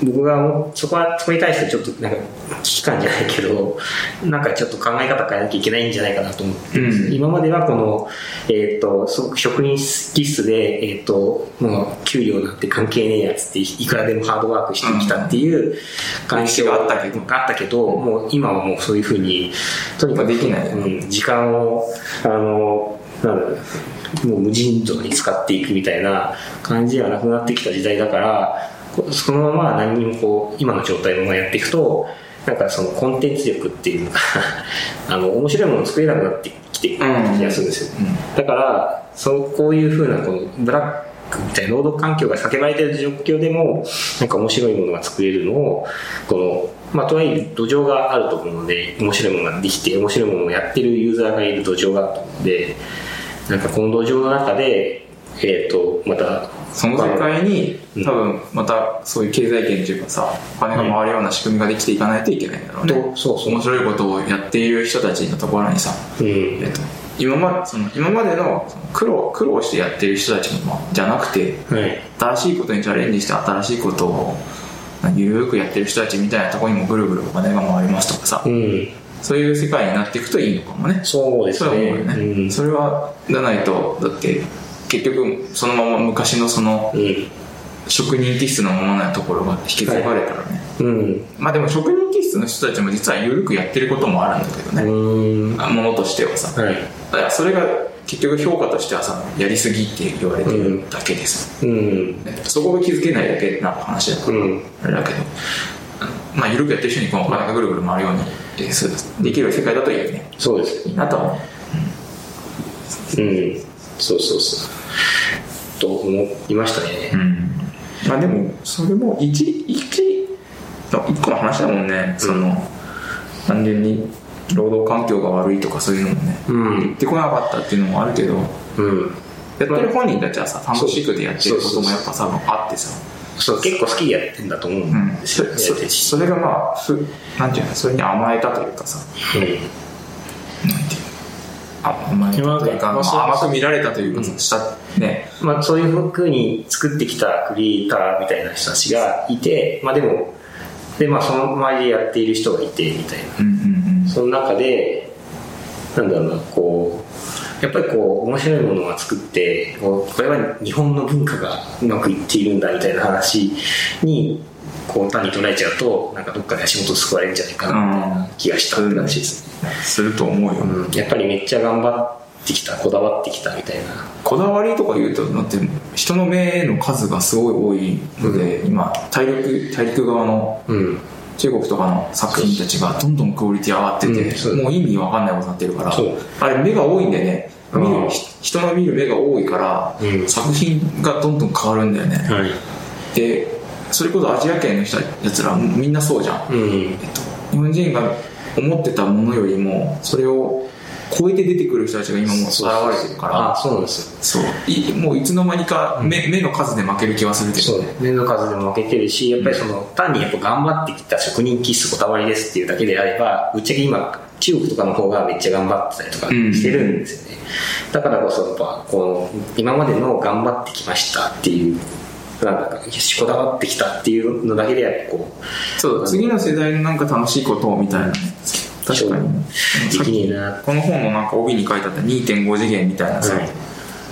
僕がもうそこはそこに対してちょっとなんか危機感じゃないけどなんかちょっと考え方変えなきゃいけないんじゃないかなと思ってます、
うん
今まではこの、えー、とそ職員気質で、えー、ともう給料なんて関係ねえやつっていくらでもハードワークしてきたっていう環境
うん歴史があったけど
あったけどもう今はもうそういうふうにとにかく
できない
うん、時間をあのなんだろうもう無尽蔵に使っていくみたいな感じではなくなってきた時代だからこそのまま何にもこう今の状態のままやっていくとなんかそのコンテンツ力っていうのが [LAUGHS] あの面白いものを作れなくなってきてる気がするんですよ、だからそうこういうふうなこのブラックみたいな労働環境が叫ばれてる状況でもなんか面白いものが作れるのをこの、まあ、とはいえ土壌があると思うので面白いものができて面白いものをやってるユーザーがいる土壌があると思うのでなんかこの土壌の中で、えー、とまた
その世界に
うん
多分またそういう経済圏というかさお金が回るような仕組みができていかないといけないんだろうね、
とそうそう
面白いことをやっている人たちのところにさ、
うん
えっと、今までその今までのその苦労苦労してやってる人たちのまじゃなくて
はい
新しいことにチャレンジして新しいことをゆるくやってる人たちみたいなところにもぐるぐるお金が回りますとかさ、
うん、
そういう世界になっていくといいのかもね
そうです
それは思う
ね
よね、
うん
それはじゃないとだって結局そのまま昔のその
うん
職人気質のままなところが引き継がれたらね、
うん
まあでも職人気質の人たちも実は緩くやってることもあるんだけどね、
うん
ものとしてはさ
はい
だからそれが結局評価としてはさやりすぎって言われてるだけです、
うん
ねそこが気づけないだけな話だか
う
ら、
ん
あれだけどうんまあ緩くやってる人にこのお金がぐるぐる回るようにえーそうできる世界だといいよね
そうです
いいなとは思う
うん、そうそうそう。と思いましたね。
まあでもそれも一一の一個の話だもんねその単純に労働環境が悪いとかそういうのもね
うん
言ってこなかったっていうのもあるけどや
うん。
ってる本人たちはさ楽しくてやってることもやっぱさあってさ、
そう、結構好きでやってんだと思う
うんん、
です
そ
よね。
そそれがまあふなんていうのそれに甘えたというかさ
う
なんていうのあ甘えたというか、
まあそう
まあ甘く見られたというかさ、
うん
したね
ん。まあ、そういうふうに作ってきたクリエイターみたいな人たちがいて、まあでも、で、まあその周りでやっている人がいて、みたいな。
うんうん
その中で、なんだろうな、こう、やっぱりこう、面白いものは作って、こうこれは日本の文化がうまくいっているんだみたいな話に、こう、単に捉えちゃうと、なんかどっかで足元を救われるんじゃないかなみたいな気がしたって話です、ね
うんすると思うよ、
うん。やっぱりめっちゃ頑張ってきた、こだわってきたみたいな。
こだわりとか言うとだって人の目の数がすごい多いので、今大陸大陸側の
うん。
中国とかの作品たちがどんどんクオリティ上がって
うん
て、
そう
もう意味わかんないことになってるから
そう
あれ目が多いんでね見る
うん
ひ人の見る目が多いから、
うん
作品がどんどん変わるんだよね、
はい。
でそれこそアジア圏の人やつらみんなそうじゃん、
うん。
えっと、日本人が思ってたものよりもそれを超えて出てくる人たちが今もう現れてるから
あ、そうなんですよ。
そういもういつの間にか目,、目の数で負ける気はするけ
そ
ど
うね。目の数でも負けてるし、やっぱりその、単にやっぱ頑張ってきた職人気質こだわりですっていうだけであれば、ぶっちゃけ今、中国とかの方がめっちゃ頑張ってたりとかしてるんですよね。だからこそ、やっぱ、この、今までの頑張ってきましたっていう、なんだか、こだわってきたっていうのだけで、やっぱこ
そうだ次の世代のなんか楽しいことをみたいなね
う、
確かにね
できねえな。
この本のなんか帯に書いてあった2.5次元みたいなさ、
はい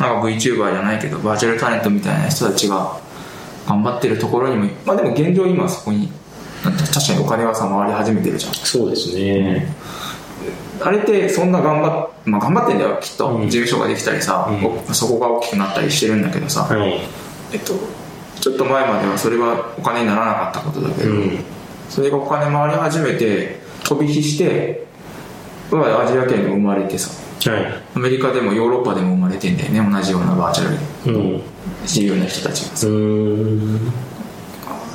なんか VTuber じゃないけどバーチャルタレントみたいな人たちが頑張ってるところにもまあでも現状今そこになんて確かにお金がさ回り始めてるじゃん
そうですね。
あれってそんな頑張っ、まあ、頑張ってんだよきっと、
うん
事務所ができたりさ、
う
そこが大きくなったりしてるんだけどさ、
はい。
えっと、ちょっと前まではそれはお金にならなかったことだけ
う
ど、
ん。
それがお金回り始めて飛び火してまあアジア圏でも生まれてさ
は
アメリカでもヨーロッパでも生まれてんだよね同じようなバーチャル
い。うん。う
自由な人たちがさ
ーん。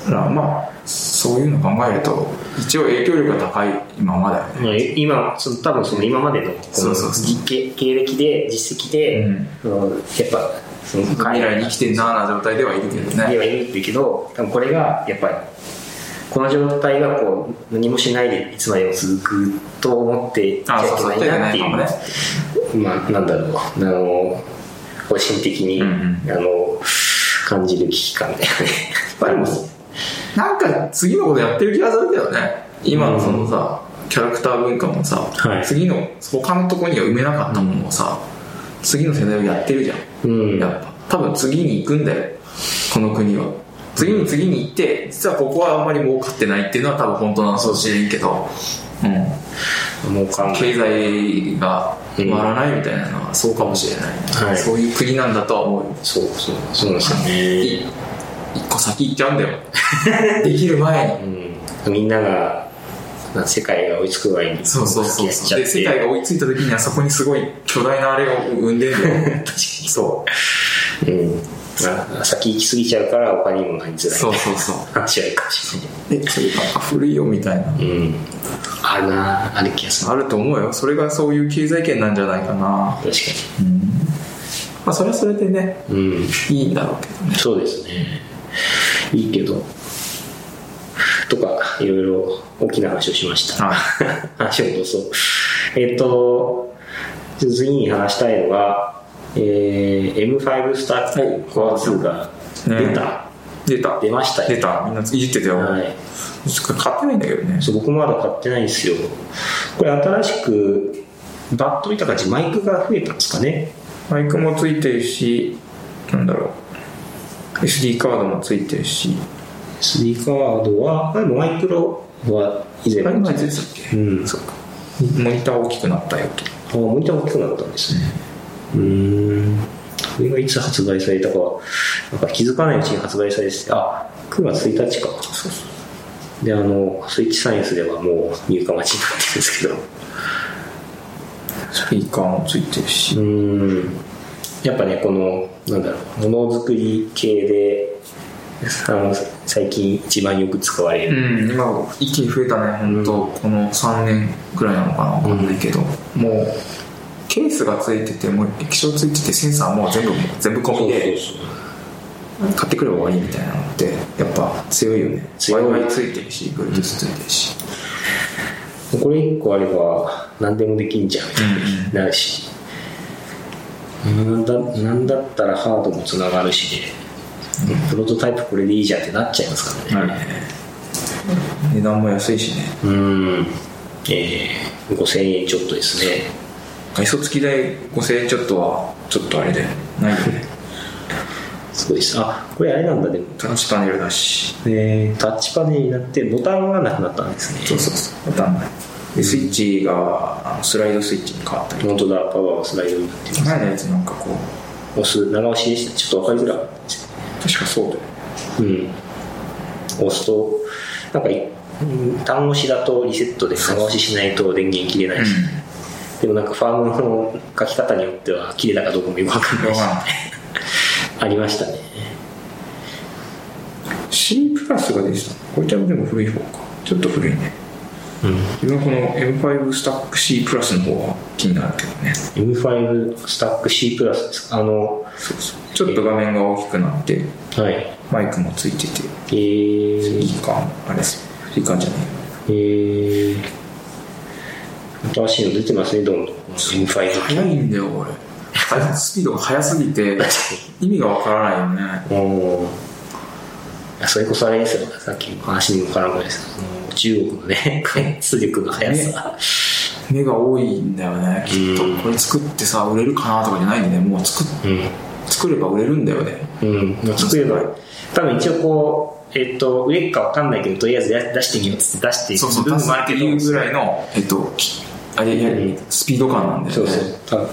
だからまあそういうの考えると一応影響力が高い今まだよね
まあ今その多分その今までのこ
そ
の
うそうそう
実経経歴で実績で、
うん
そのやっぱその
未来に生きてんなーな状態ではいるけど
に
ね
はいるんだけど多分これがやっぱりこの状態がこう何もしないでいつまでも続くと思っていちゃ
あ
い
そうそう
けないなってい
そうだよね
うまあなんだろうあの個人的に、
うん
あの感じる危機感だよね。
まあでもなんか次のことやってる気がするけどね今のそのさ、キャラクター文化もさ、
はい
次の他のとこには埋めなかったものをさ次の世代をやってるじゃん
うん。
やっぱ多分次に行くんだよこの国は次に次に行って実はここはあんまり儲かってないっていうのは多分本当なのかもしれんけど、うん、
もうかんない。
経済が回らないみたいなのはそうかもしれない、
はい
そういう国なんだとは思う
そうそう、そうなんですよね。
い一個先行っちゃうん
[LAUGHS]
だよできる前に
うん。みんなが、まあ世界が追いつく前に、
そうそうそう
やっちゃ
そう
っ
で
て
世界が追いついた時にはそこにすごい巨大なあれを生んでる [LAUGHS] よそう
うん。まあ、先行き過ぎちゃうから、他にもなりづらい。
そうそうそう
話はいいかもしれない。
えそれが古いよみたいな
うん。あるなある気がする。
あると思うよそれがそういう経済圏なんじゃないかな
確か
うんまあそれはそれでね
に。うん。
いいんだろうけどね
そうですね。いいけど。とか、いろいろ大きな話をしました。 [LAUGHS] 話を戻そう。えっと、次に話したいのが、えー M5 スタック Core 2が出た、
出た
出ましたよ
出たみんないじってたよ、
はい。
ちょっと買ってないんだけどね
そう、僕もまだ買ってないんですよ。これ新しく、バッと見た感じ、マイクが増えたんですかね。
マイクもついてるしなんだろう SD カードもついてるし
SD カードは、あでもマイクロは以前
あれ
も
前出てたっけ
うん。
そっかモニター大きくなったよ
あ
と
モニター大きくなったんですねうーんこれがいつ発売されたかなんか気づかないうちに発売されててあ9月1日か
そうそう
であのスイッチサイエンスではもう入荷待ちになってるんですけど
スピーカーもついてるし、
うーんやっぱねこのなんだろうものづくり系であの最近一番よく使われる
うん、今一気に増えたね本当、この3年ぐらいなのかな分かんないけど、もうケースがついててもう液晶ついててセンサーも全部もう全部込みで買ってくれば終わりみたいなのってやっぱ強いよね
強い
w i f i ついてるし Bluetooth ついてるし、
そうこれ1個あれば何でもできんじゃんみたいになるし、なんだなんだったらハードもつながるしで、プロトタイプこれでいいじゃんってなっちゃいますからね
なるね値段も安いしね
うんえー、5000円ちょっとですね
外装付き代5000円ちょっとはちょっとあれでないよね
すごいですあこれあれなんだでも
タッチパネルだし
えータッチパネルになってボタンがなくなったんですね
そうそうそう当たんないでスイッチがあのスライドスイッチに変わったり
本当だパワーがスライドになってます
前のやつなんかこう
押す長押しでしたちょっと分かりづらかったです
確かそうだよ
うん、押すと、なんかい、うん単押しだとリセットで、長押ししないと電源切れないし、でもなんかファームの書き方によっては、切れたかどうかもよくわかんないし、ありましたね。
C プラスが出てたこれ多分でも古い方かちょっと古いね
うん、
自分はこの M5 スタック C プラスの方は気になるけどね
M5 スタック C プラスですかあの、
ちょっと画面が大きくなって
はい。
マイクもついてて
え
いい
ー、
かあれですいい感じゃね
えー、新しいの出てますね、どんどん。M5。
早いんだよこれ開発スピードが速すぎて意味がわからないよね
おーいやそれこそあれですよさっきの話にも絡むんですけどあの中国のね [LAUGHS] 開発力の速さ、
目が多いんだよねきっ
うん
とこれ作ってさ売れるかなとかじゃないんでねもう作っ作れば売れるんだよね
うん、うん、作れば多分一応こうえっと売れっかわかんないけどとりあえずや出してみようっつって出して
そうそう
自
出
分
す
もあ
って
るけ
いう
ど
ぐらいのえっときあれいや
うん
スピード感なんだよね
そうそう多分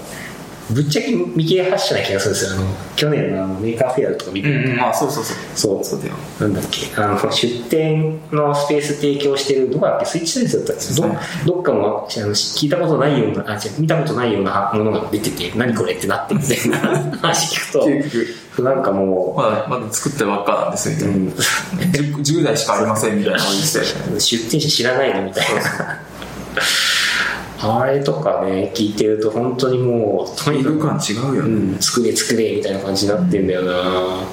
ぶっちゃけ未経発射な気がするんですよあの去年のあのメーカーフェアとか見て、
うんうんまあそうそうそう
そう
そうだよ
なんだっけあの出店のスペース提供してるどこだっけスイッチサイズだったっけどどっかもあの聞いたことないようなあ違う見たことないようなものが出てて何これってなってみたいな話聞
結局
くとなんかも
まだまだ作ったばっかなんです
う、う
よ、
ん、
10, 10代しかありませんみたいな感じで
出店者知らないのみたいなあれとかね聞いてると本当にもうとに
色
かく
感違うよ
う
ね、
ん、作れ作れみたいな感じになってんだよな、あ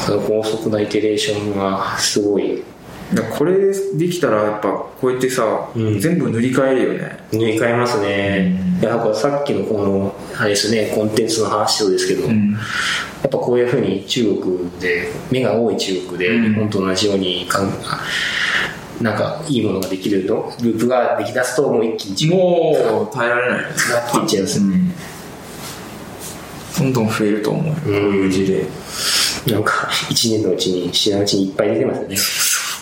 ーその高速なイテレーションがすごい
いやこれできたらやっぱこうやってさ、
うん
全部塗り替えるよね
塗り替えますね、いやなんかさっきのこのあれですねコンテンツの話ですけど、や
ん
っぱこういうふうに中国で目が多い中国で
うん
日本と同じようにかんなんかいいものができるとループができだすともう一気に中国
もう耐えられない
になっていっちゃいますね
んどんどん増えると思うよこういう事例
なんか一年のうちに知らないうちにいっぱい出てますよね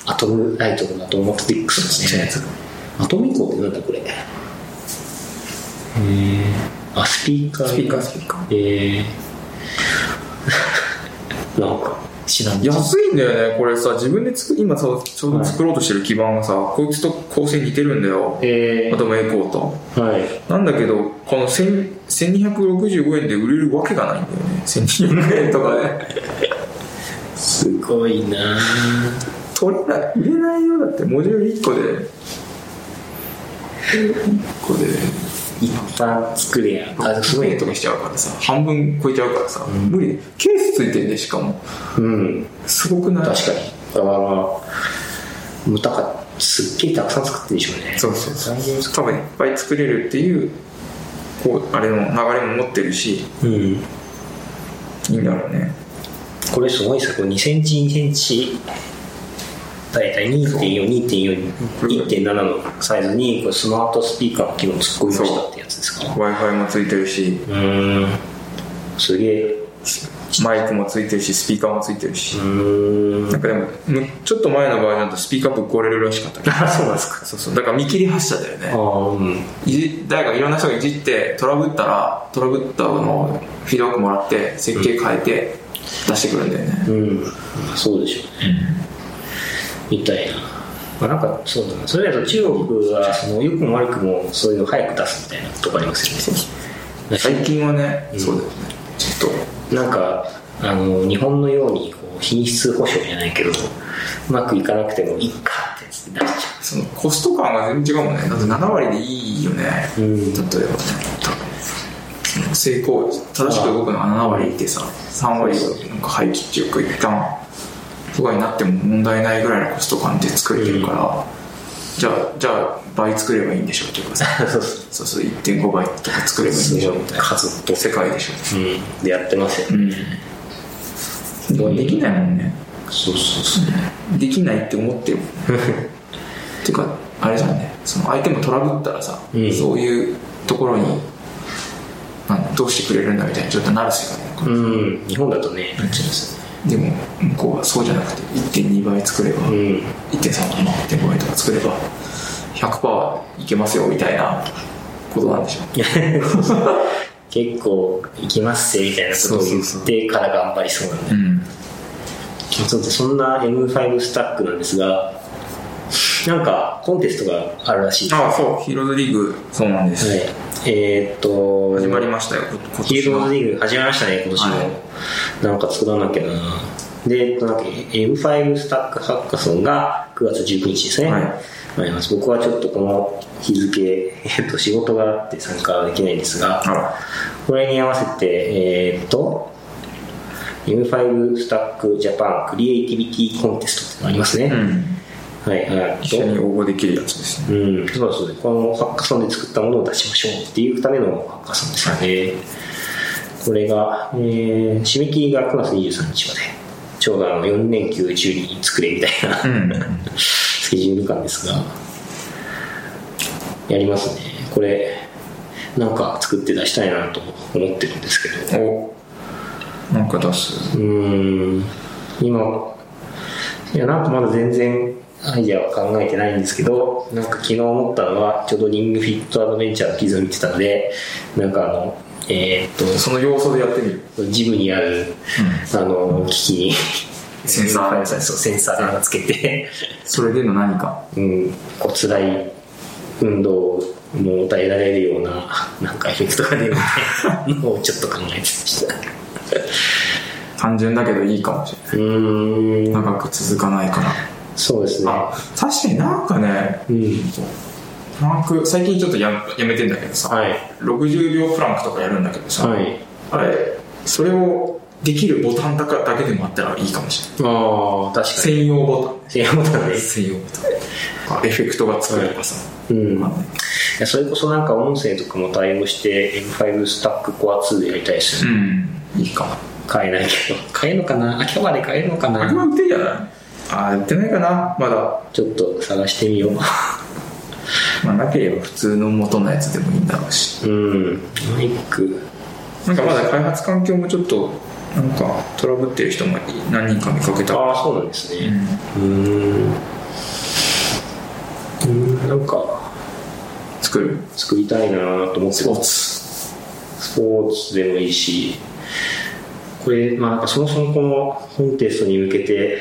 アトムライトとかアトムトピックス
ちっ
で
ち
す
ゃいや
ね
つが
アトミコってなんだこれあスピーカー
スピーカースピーカー
えー、 [LAUGHS] なんか知らん
安いんだよねこれさ自分で作今さちょうど作ろうとしてる基盤がさ、こいつと構成似てるんだよ
え
あともエコーと
ー、はい
なんだけどこの1000 1265円で売れるわけがないんだよね1200円とかで
すごいな
取れない売れないよだってモジュール1個で1個で
一般作れやあすご
600
い
円とかしちゃうからさ半分超えちゃうからさ、無理ケースついてんでしかも
うん
すごくない
確かにだから無駄かすっげえたくさん作ってるでしょうね
そうそうそう
大変です
多分いっぱい作れるっていうこうあれの流れも持ってるし
うん
いいんだろうね
これすごいですよこれ2センチ2センチ大体2.42.41.7のサイズにこれスマートスピーカーの機能を突っ込みましたってやつですか
w i f i もついてるし
うーんすげえ
マイクもついてるしスピーカーもついてるし
う、ーん
なんかでもむちょっと前のバージョンだとスピーカーぶっ壊れるらしかったけど
あそうなんですか
そうそうだから見切り発車だよ
あ
ね
あうん
いじ誰かいろんな人がいじってトラブったらトラブったのをフィードバックもらって設計変えて出してくるんだよね、
うんそうでしょうねみたいなまあなんかそうだなそれだと中国はその良くも悪くもそういうの早く出すみたいなとこありますよね
最近はね、
ん
そうだよねちょっと
なんかあの日本のようにこう品質保証じゃないけどうまくいかなくてもいいかってやつで出しちゃ
そのコスト感が全然違うもんねだって7割でいいよね、
う、う
例えばね成功正しく動くのが7割いてさ3割なんか廃棄っていうか一旦とかになっても問題ないぐらいのコスト感で作れてるから、じゃあじゃあ倍作ればいいんでしょうというかさ [LAUGHS]
そうそ
そうそう1.5倍とか作ればいいんでしょうみたいな
数と
世界でしょ
う、うん、でやってますよ、ね
うんできないもんね
そうそうそう
できないって
[LAUGHS]
思ってるっていうかあれじゃんねその相手もトラブったらさ、
うん
そういうところになんどうしてくれるんだみたいにちょっとなるしかないから、
うん日本だとねなっちゃいますよね
でも向こうはそうじゃなくて1.2倍作れば、
うん
1.3倍1.5倍とか作れば100%いけますよみたいなことなんでしょう
[LAUGHS] 結構行きますぜみたいなことを言ってから頑張りそうなんで
うん
そうですそんな M5 スタックなんですがなんかコンテストがあるらしいです
ああそうヒーローズリーグそうなんです、
はい、えーっと
始まりましたよ今
ヒ
年
ーローズ
は
リーグ始まりましたね、今年も。
は
なんか作らなきゃな。で、えっとなんだっけ M5 スタックハッカソンが9月19日ですね。
はい
あります僕はちょっとこの日付、えっと、仕事があって参加はできないんですが、
あら
これに合わせて、えーっと、M5 スタックジャパンクリエイティビティコンテストってのがありますね。
うん
はい、えーっと
一緒に応募できるやつですね
うん、そうですね。このハッカソンで作ったものを出しましょうっていうためのハッカソンですよね。これが、えー締め切りが9月23日まで、ちょうどあの4連休中に作れみたいな、
ん
スケジュール感ですが、やりますね。これ、なんか作って出したいなと思ってるんですけど。
おなんか出す
うーん今いやなんかまだ全然アイデアは考えてないんですけどなんか昨日思ったのはちょうどリングフィットアドベンチャーの記事を見てたのでなんかあのえーっ
その要素でやってみる
とジムにある、あの機器に
センサー
そうセンサーをつけて、
それでの何か
うん、こう辛い運動も耐えられるようななんかエフェクトが出るみたいなのをちょっと考えてました
単純だけどいいかもしれな
うー
い
ん
長く続かないから
そうですね
あ確かになんかね
うん
なんか最近ちょっとややめてんだけどさ、
はい
60秒プランクとかやるんだけどさ、
はい
あれそれをできるボタンだかだけでもあったらいいかもしれない
ああ、確かに。
専用ボタン
専用ボタンね。
専用ボタンエフェクトが作れればさ、
うん。
わかんない
いやそれこそなんか音声とかも対応して M5 スタック Core2 でやりたいですよね
うんいいかも
買えないけど買えるのかな秋葉まで買えるのか
あれは
な
売ってんじゃないああ売ってないかなまだ
ちょっと探してみよう
まあなければ普通の元のやつでもいいんだろうし
うんマイク
なんかまだ開発環境もちょっとなんかトラブってる人も何人か見かけた
ああそうなんですねうんうんなんか
作る
作りたいなと思って
スポーツ
スポーツでもいいし、これ、まあ、なんかそもそもこのコンテストに向けて、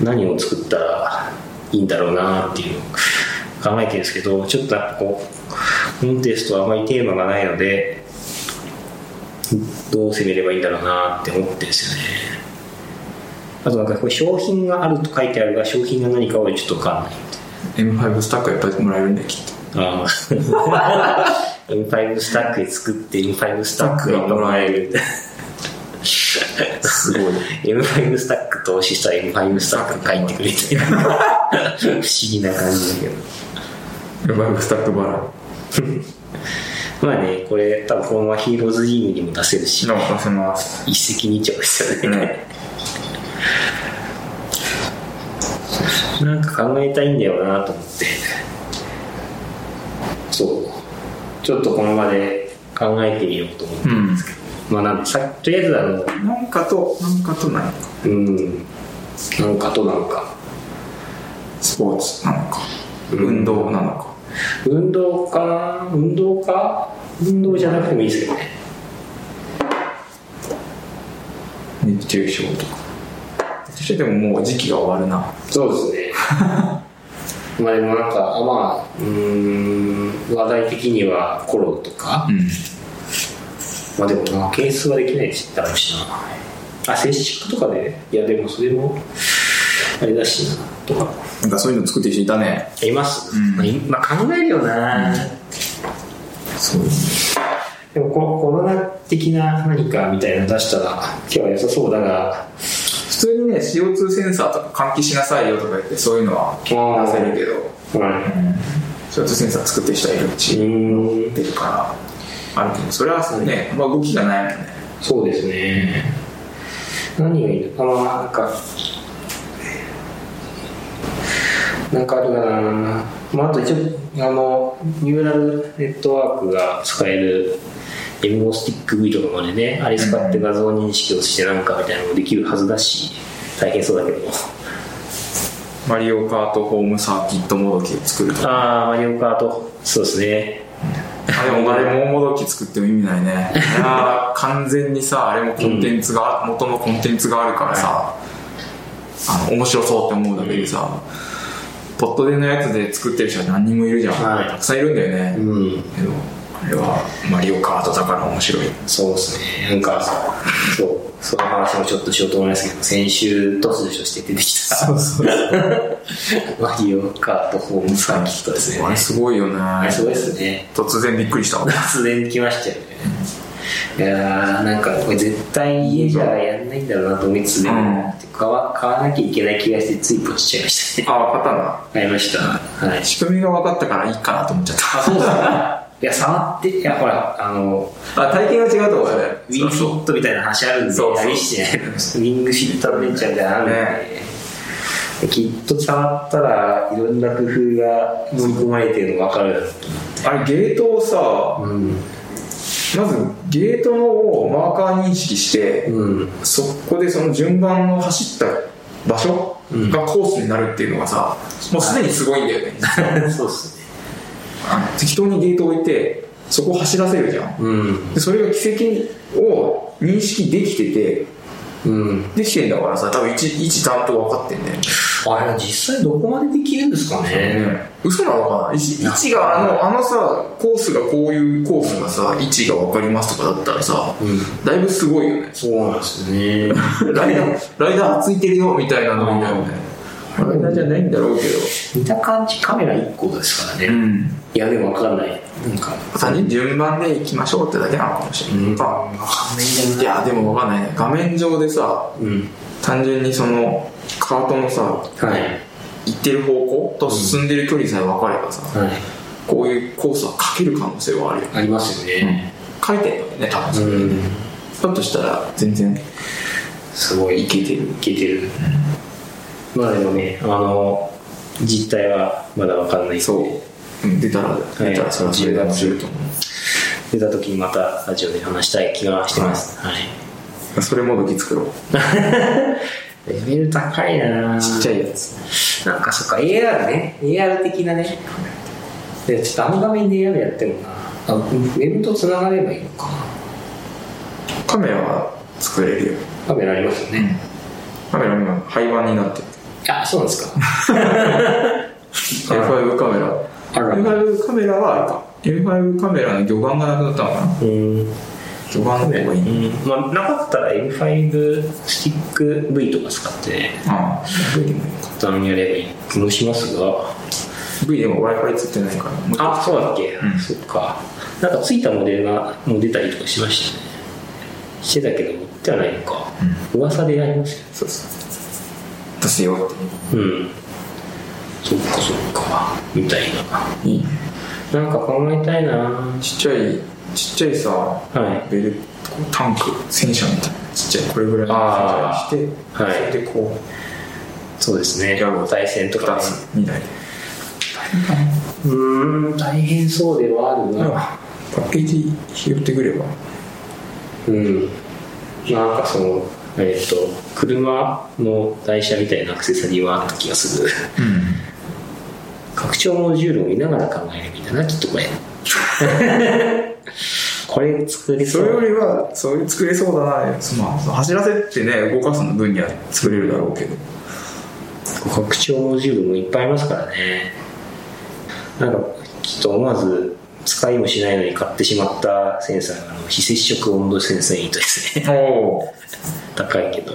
何を作ったらいいんだろうなっていうのを考えてるんですけど、ちょっとやっぱこう、コンテストはあまりテーマがないので、どう攻めればいいんだろうなって思ってるんですよね。あとなんかこれ商品があると書いてあるが、商品が何かはちょっとわかんない。
M5 スタックやっぱりもらえるんだよきっと
ああ。M5 [LAUGHS] スタックで作って M5 スタックがもらえる。
すごい
M5 スタック投資したら M5 スタックが返ってくるみたいな。不思議な感じだけど。
M5 スタックバラ
まあね、これ多分このままヒーローズリームにも出せるし、
の出せます
一石二鳥ですよね。
ね
なんか考えたいんだよなと思って。そう。ちょっとこの場で考えてみようと思って。
うん
まあなんでさとりあえずあの、
なんかとなんかと何か
うん、なんかとなんか。
スポーツなのか
うん
運動なのか
運動かな運動か運動じゃなくてもいいですけどね
熱中症とか熱中症でももう時期が終わるな
そう [LAUGHS] ですねまあでもなんかあまあうーん話題的にはコロとか、
ん
まあでもな検出はできないって言ったらあるしなあ接触とかでいやでもそれもあれだしなとか
なんかそういうの作ってる人いたね
います、
うん
まあいまあ考えるよな、
そういう
でもこコロナ的な何かみたいなの出したら今日は良さそうだが
普通にね CO2 センサーとか換気しなさいよとか言ってそういうのは出せるけど
うん
うん、ショートセンサー作ってる人はいる
う
し、
ーん
出るから、あるけど、それはそうね、まあ、動きがないもんね。
そうですね何がいいのかななんかなんかあるかな、まあ、あと一応あのニューラルネットワークが使える M5 スティック V とかまでねあれ使って画像認識をしてなんかみたいなのもできるはずだし大変そうだけど
マリオカートホームサーキットもどきを作るとか。
ああマリオカートそうですね
あでも、あれももどき作っても意味ない [LAUGHS] ね。いやー完全にさ、あれもコンテンツが、元のコンテンツがあるからさ、あの、面白そうって思うだけでさ、ポットでのやつで作ってる人は何人もいるじゃん。
はい
たくさんいるんだよね。
うん
けど、あれはマリオカートだから面白い。
そうですね、なんか、そう、その話もちょっとしようと思いますけど、先週、突如して出てきた、そうそうマリオカートホームサーキットですね。
あれすごいよね。
あれすごいですね。
突然びっくりしたわ。
突然来ましたよね。いやーなんかこれ絶対家じゃやんないんだろうなと思いつつでも、買わ買わなきゃいけない気がしてついポチっちゃいましたね
[LAUGHS] あ、わかったな。
買いましたはい
仕組みが分かったからいいかなと思っちゃっ
あそうだねいや触っていやほらあの
た。あ、体型が違うと思うよね。
ウィングフィットみたいな話あるんで、
そうそう
旅してね、ウィングフィットアドベンチャーみたいなのあるんで、きっと触ったらいろんな工夫が盛り込まれてるの分かるだろう
あれ、ゲートをさ、
と。うん。
まずゲートのをマーカー認識して、
うん。
そこでその順番を走った場所
うん
がコースになるっていうのがさ、もうすでにすごいんだよ
[LAUGHS]
ね。
そうっすね。
あの適当にゲートを置いて、そこを走らせるじゃん。
うん。
でそれが軌跡を認識できてて、
うん。
できてんだからさ、多分一一担当分かってんだよね。
あれ、実際どこまでできるんですかね。
嘘なのかな位置
い
位
や
置があのあのさコースがこういうコースがさ位置が分かりますとかだったらさ、
うん
だいぶすごいよね
そうなんですよね。
ライダーライダーついてるよみたいなのみたいなね間じゃないんだろうけど
[LAUGHS] 見た感じカメラ1個ですからね、
うん
いやでも分かんないなんか
単に順番で行きましょうってだけなのかもしれない、
うん
まあいやでも分かんないね画面上でさ
うん
単純にそのカートのさ
はい
行ってる方向と進んでる距離さえ分かればさ、
はい
こういうコースは書ける可能性はあるよ、
ありますよね
書いてんだよね多分
う
それ、
ん、
だとしたら全然
すごい
いけてる
いけてる、まあでもねあの実態はまだ分かんない
そう、うん、出たら出た
は
ら
い
それはそれだとすると思う、
出た時にまたラジオで話したい気がしてます、はい [LAUGHS]
それもどき作ろう
レベル高いな
ちっちゃいやつ
なんかそっか AR ね AR 的なねでちょっとあの画面で AR やってもなあウェブとつながればいいのか
カメラは作れるよ
カメラありますよね
カメラ今廃盤になってる
あそうなんですか
M5 カメラ
あら
M5 カメラはあれか M5 カメラの魚眼がなくなったのかな
うん
魚眼の方がいい、うん、
うんまあ、なかったら M5 スティック V とか使って
ああ V でもいいか
簡単にやればいい気もしますが
V でも Wi-Fi ついてないからもう一個
あそうだっけ、
うん
そっかなんかついたモデルがもう出たりとかしましたねしてたけど持ってはないのか、噂でやりますよ
そうそう私よっ
うんそっかそっかみたい
ていいね
ななんか考えたいなは
ちっちゃいちっちゃいさ
い
ベルこうタンク戦車みたいなちっちゃいこれぐらいの
あ
戦車にして
ーはい
それでこ
そうですね
やろう
対戦
う
と
2
かね
つ2台で
うーん大変そうではあるな
あパッケージ拾ってくれば
うんなんかそのえっ、と車の台車みたいなアクセサリーはあった気がする
うん
拡張モジュールを見ながら考えればいいんだなきっとこれ [LAUGHS] これ作れ
そ
そう
れよりはそういう作れそうだな、まあ、走らせてね動かすの分には作れるだろうけど
拡張モジュールもいっぱいありますからねなんかちょっと思わず使いもしないのに買ってしまったセンサーがあの非接触温度センサーにとですね
おお
高いけど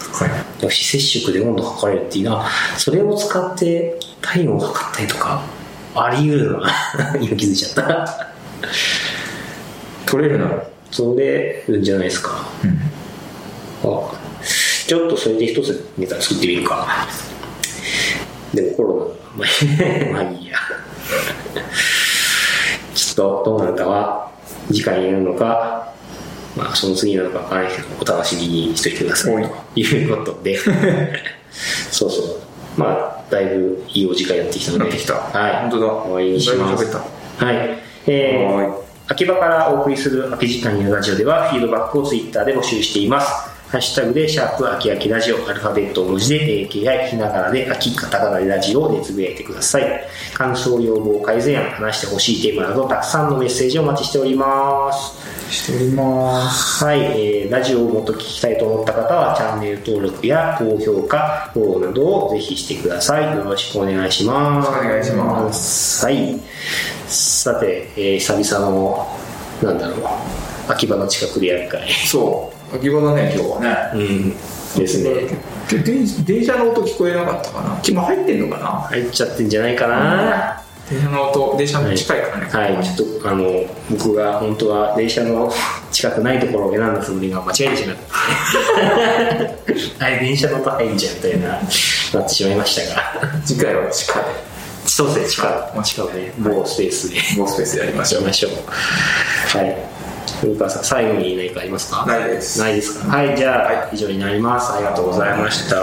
高い
でも非接触で温度測れるっていうのはそれを使って体温を測ったりとかあり得るな [LAUGHS] 今気づいちゃった
取れるなら
それるんじゃないですか
うん
あちょっとそれで一つネタ作ってみるかでもコロナまあ [LAUGHS] まあいいやちょっとどうなるかは次回になるのかまあその次なのかわからないけどお楽しみにしておいてくださ
はい
いということ
[LAUGHS]
でそうそうまあだいぶいいお時間やってきたので
なってきた
はい、
本当だ
終わりにします
だいぶ喋っ
はいえー
は
秋葉からお送りする空き時間にラジオではフィードバックをツイッターで募集しています。ハッシュタグで、シャープ、秋秋ラジオ、アルファベット大文字で、AKI、ひながらで、秋、カタカナでラジオでつぶやいてください。感想、要望、改善案、話してほしいテーマなど、たくさんのメッセージをお待ちしております。
いしております
はい、えーラジオをもっと聞きたいと思った方はチャンネル登録や高評価、フォローなどをぜひしてください。よろしくお願いします。。
お願いします
はい。さて、えー久々の、なんだろう、秋葉の近くでやる会。
そう秋葉だね今日はね
うん。ですね。
で電電車の音聞こえなかったかな今入ってんのか
入っちゃってんじゃないかな。
な電車の音電車も近いからね、
はい、ちょっとあの僕が本当は電車の近くないところを選んだつもりが間違えてしま [LAUGHS] った。はい、電車の音入っちゃうみたいな、なってしまいましたが。
次回は近い
そうですね、近
は
く、
い
近くね、某スペースで
ボースペースやりましょ
行
う
きましょう。はい。古川さん、最後に何かありますか
ないです
ないですか。はい、じゃあ、以上になります。ありがとうございました。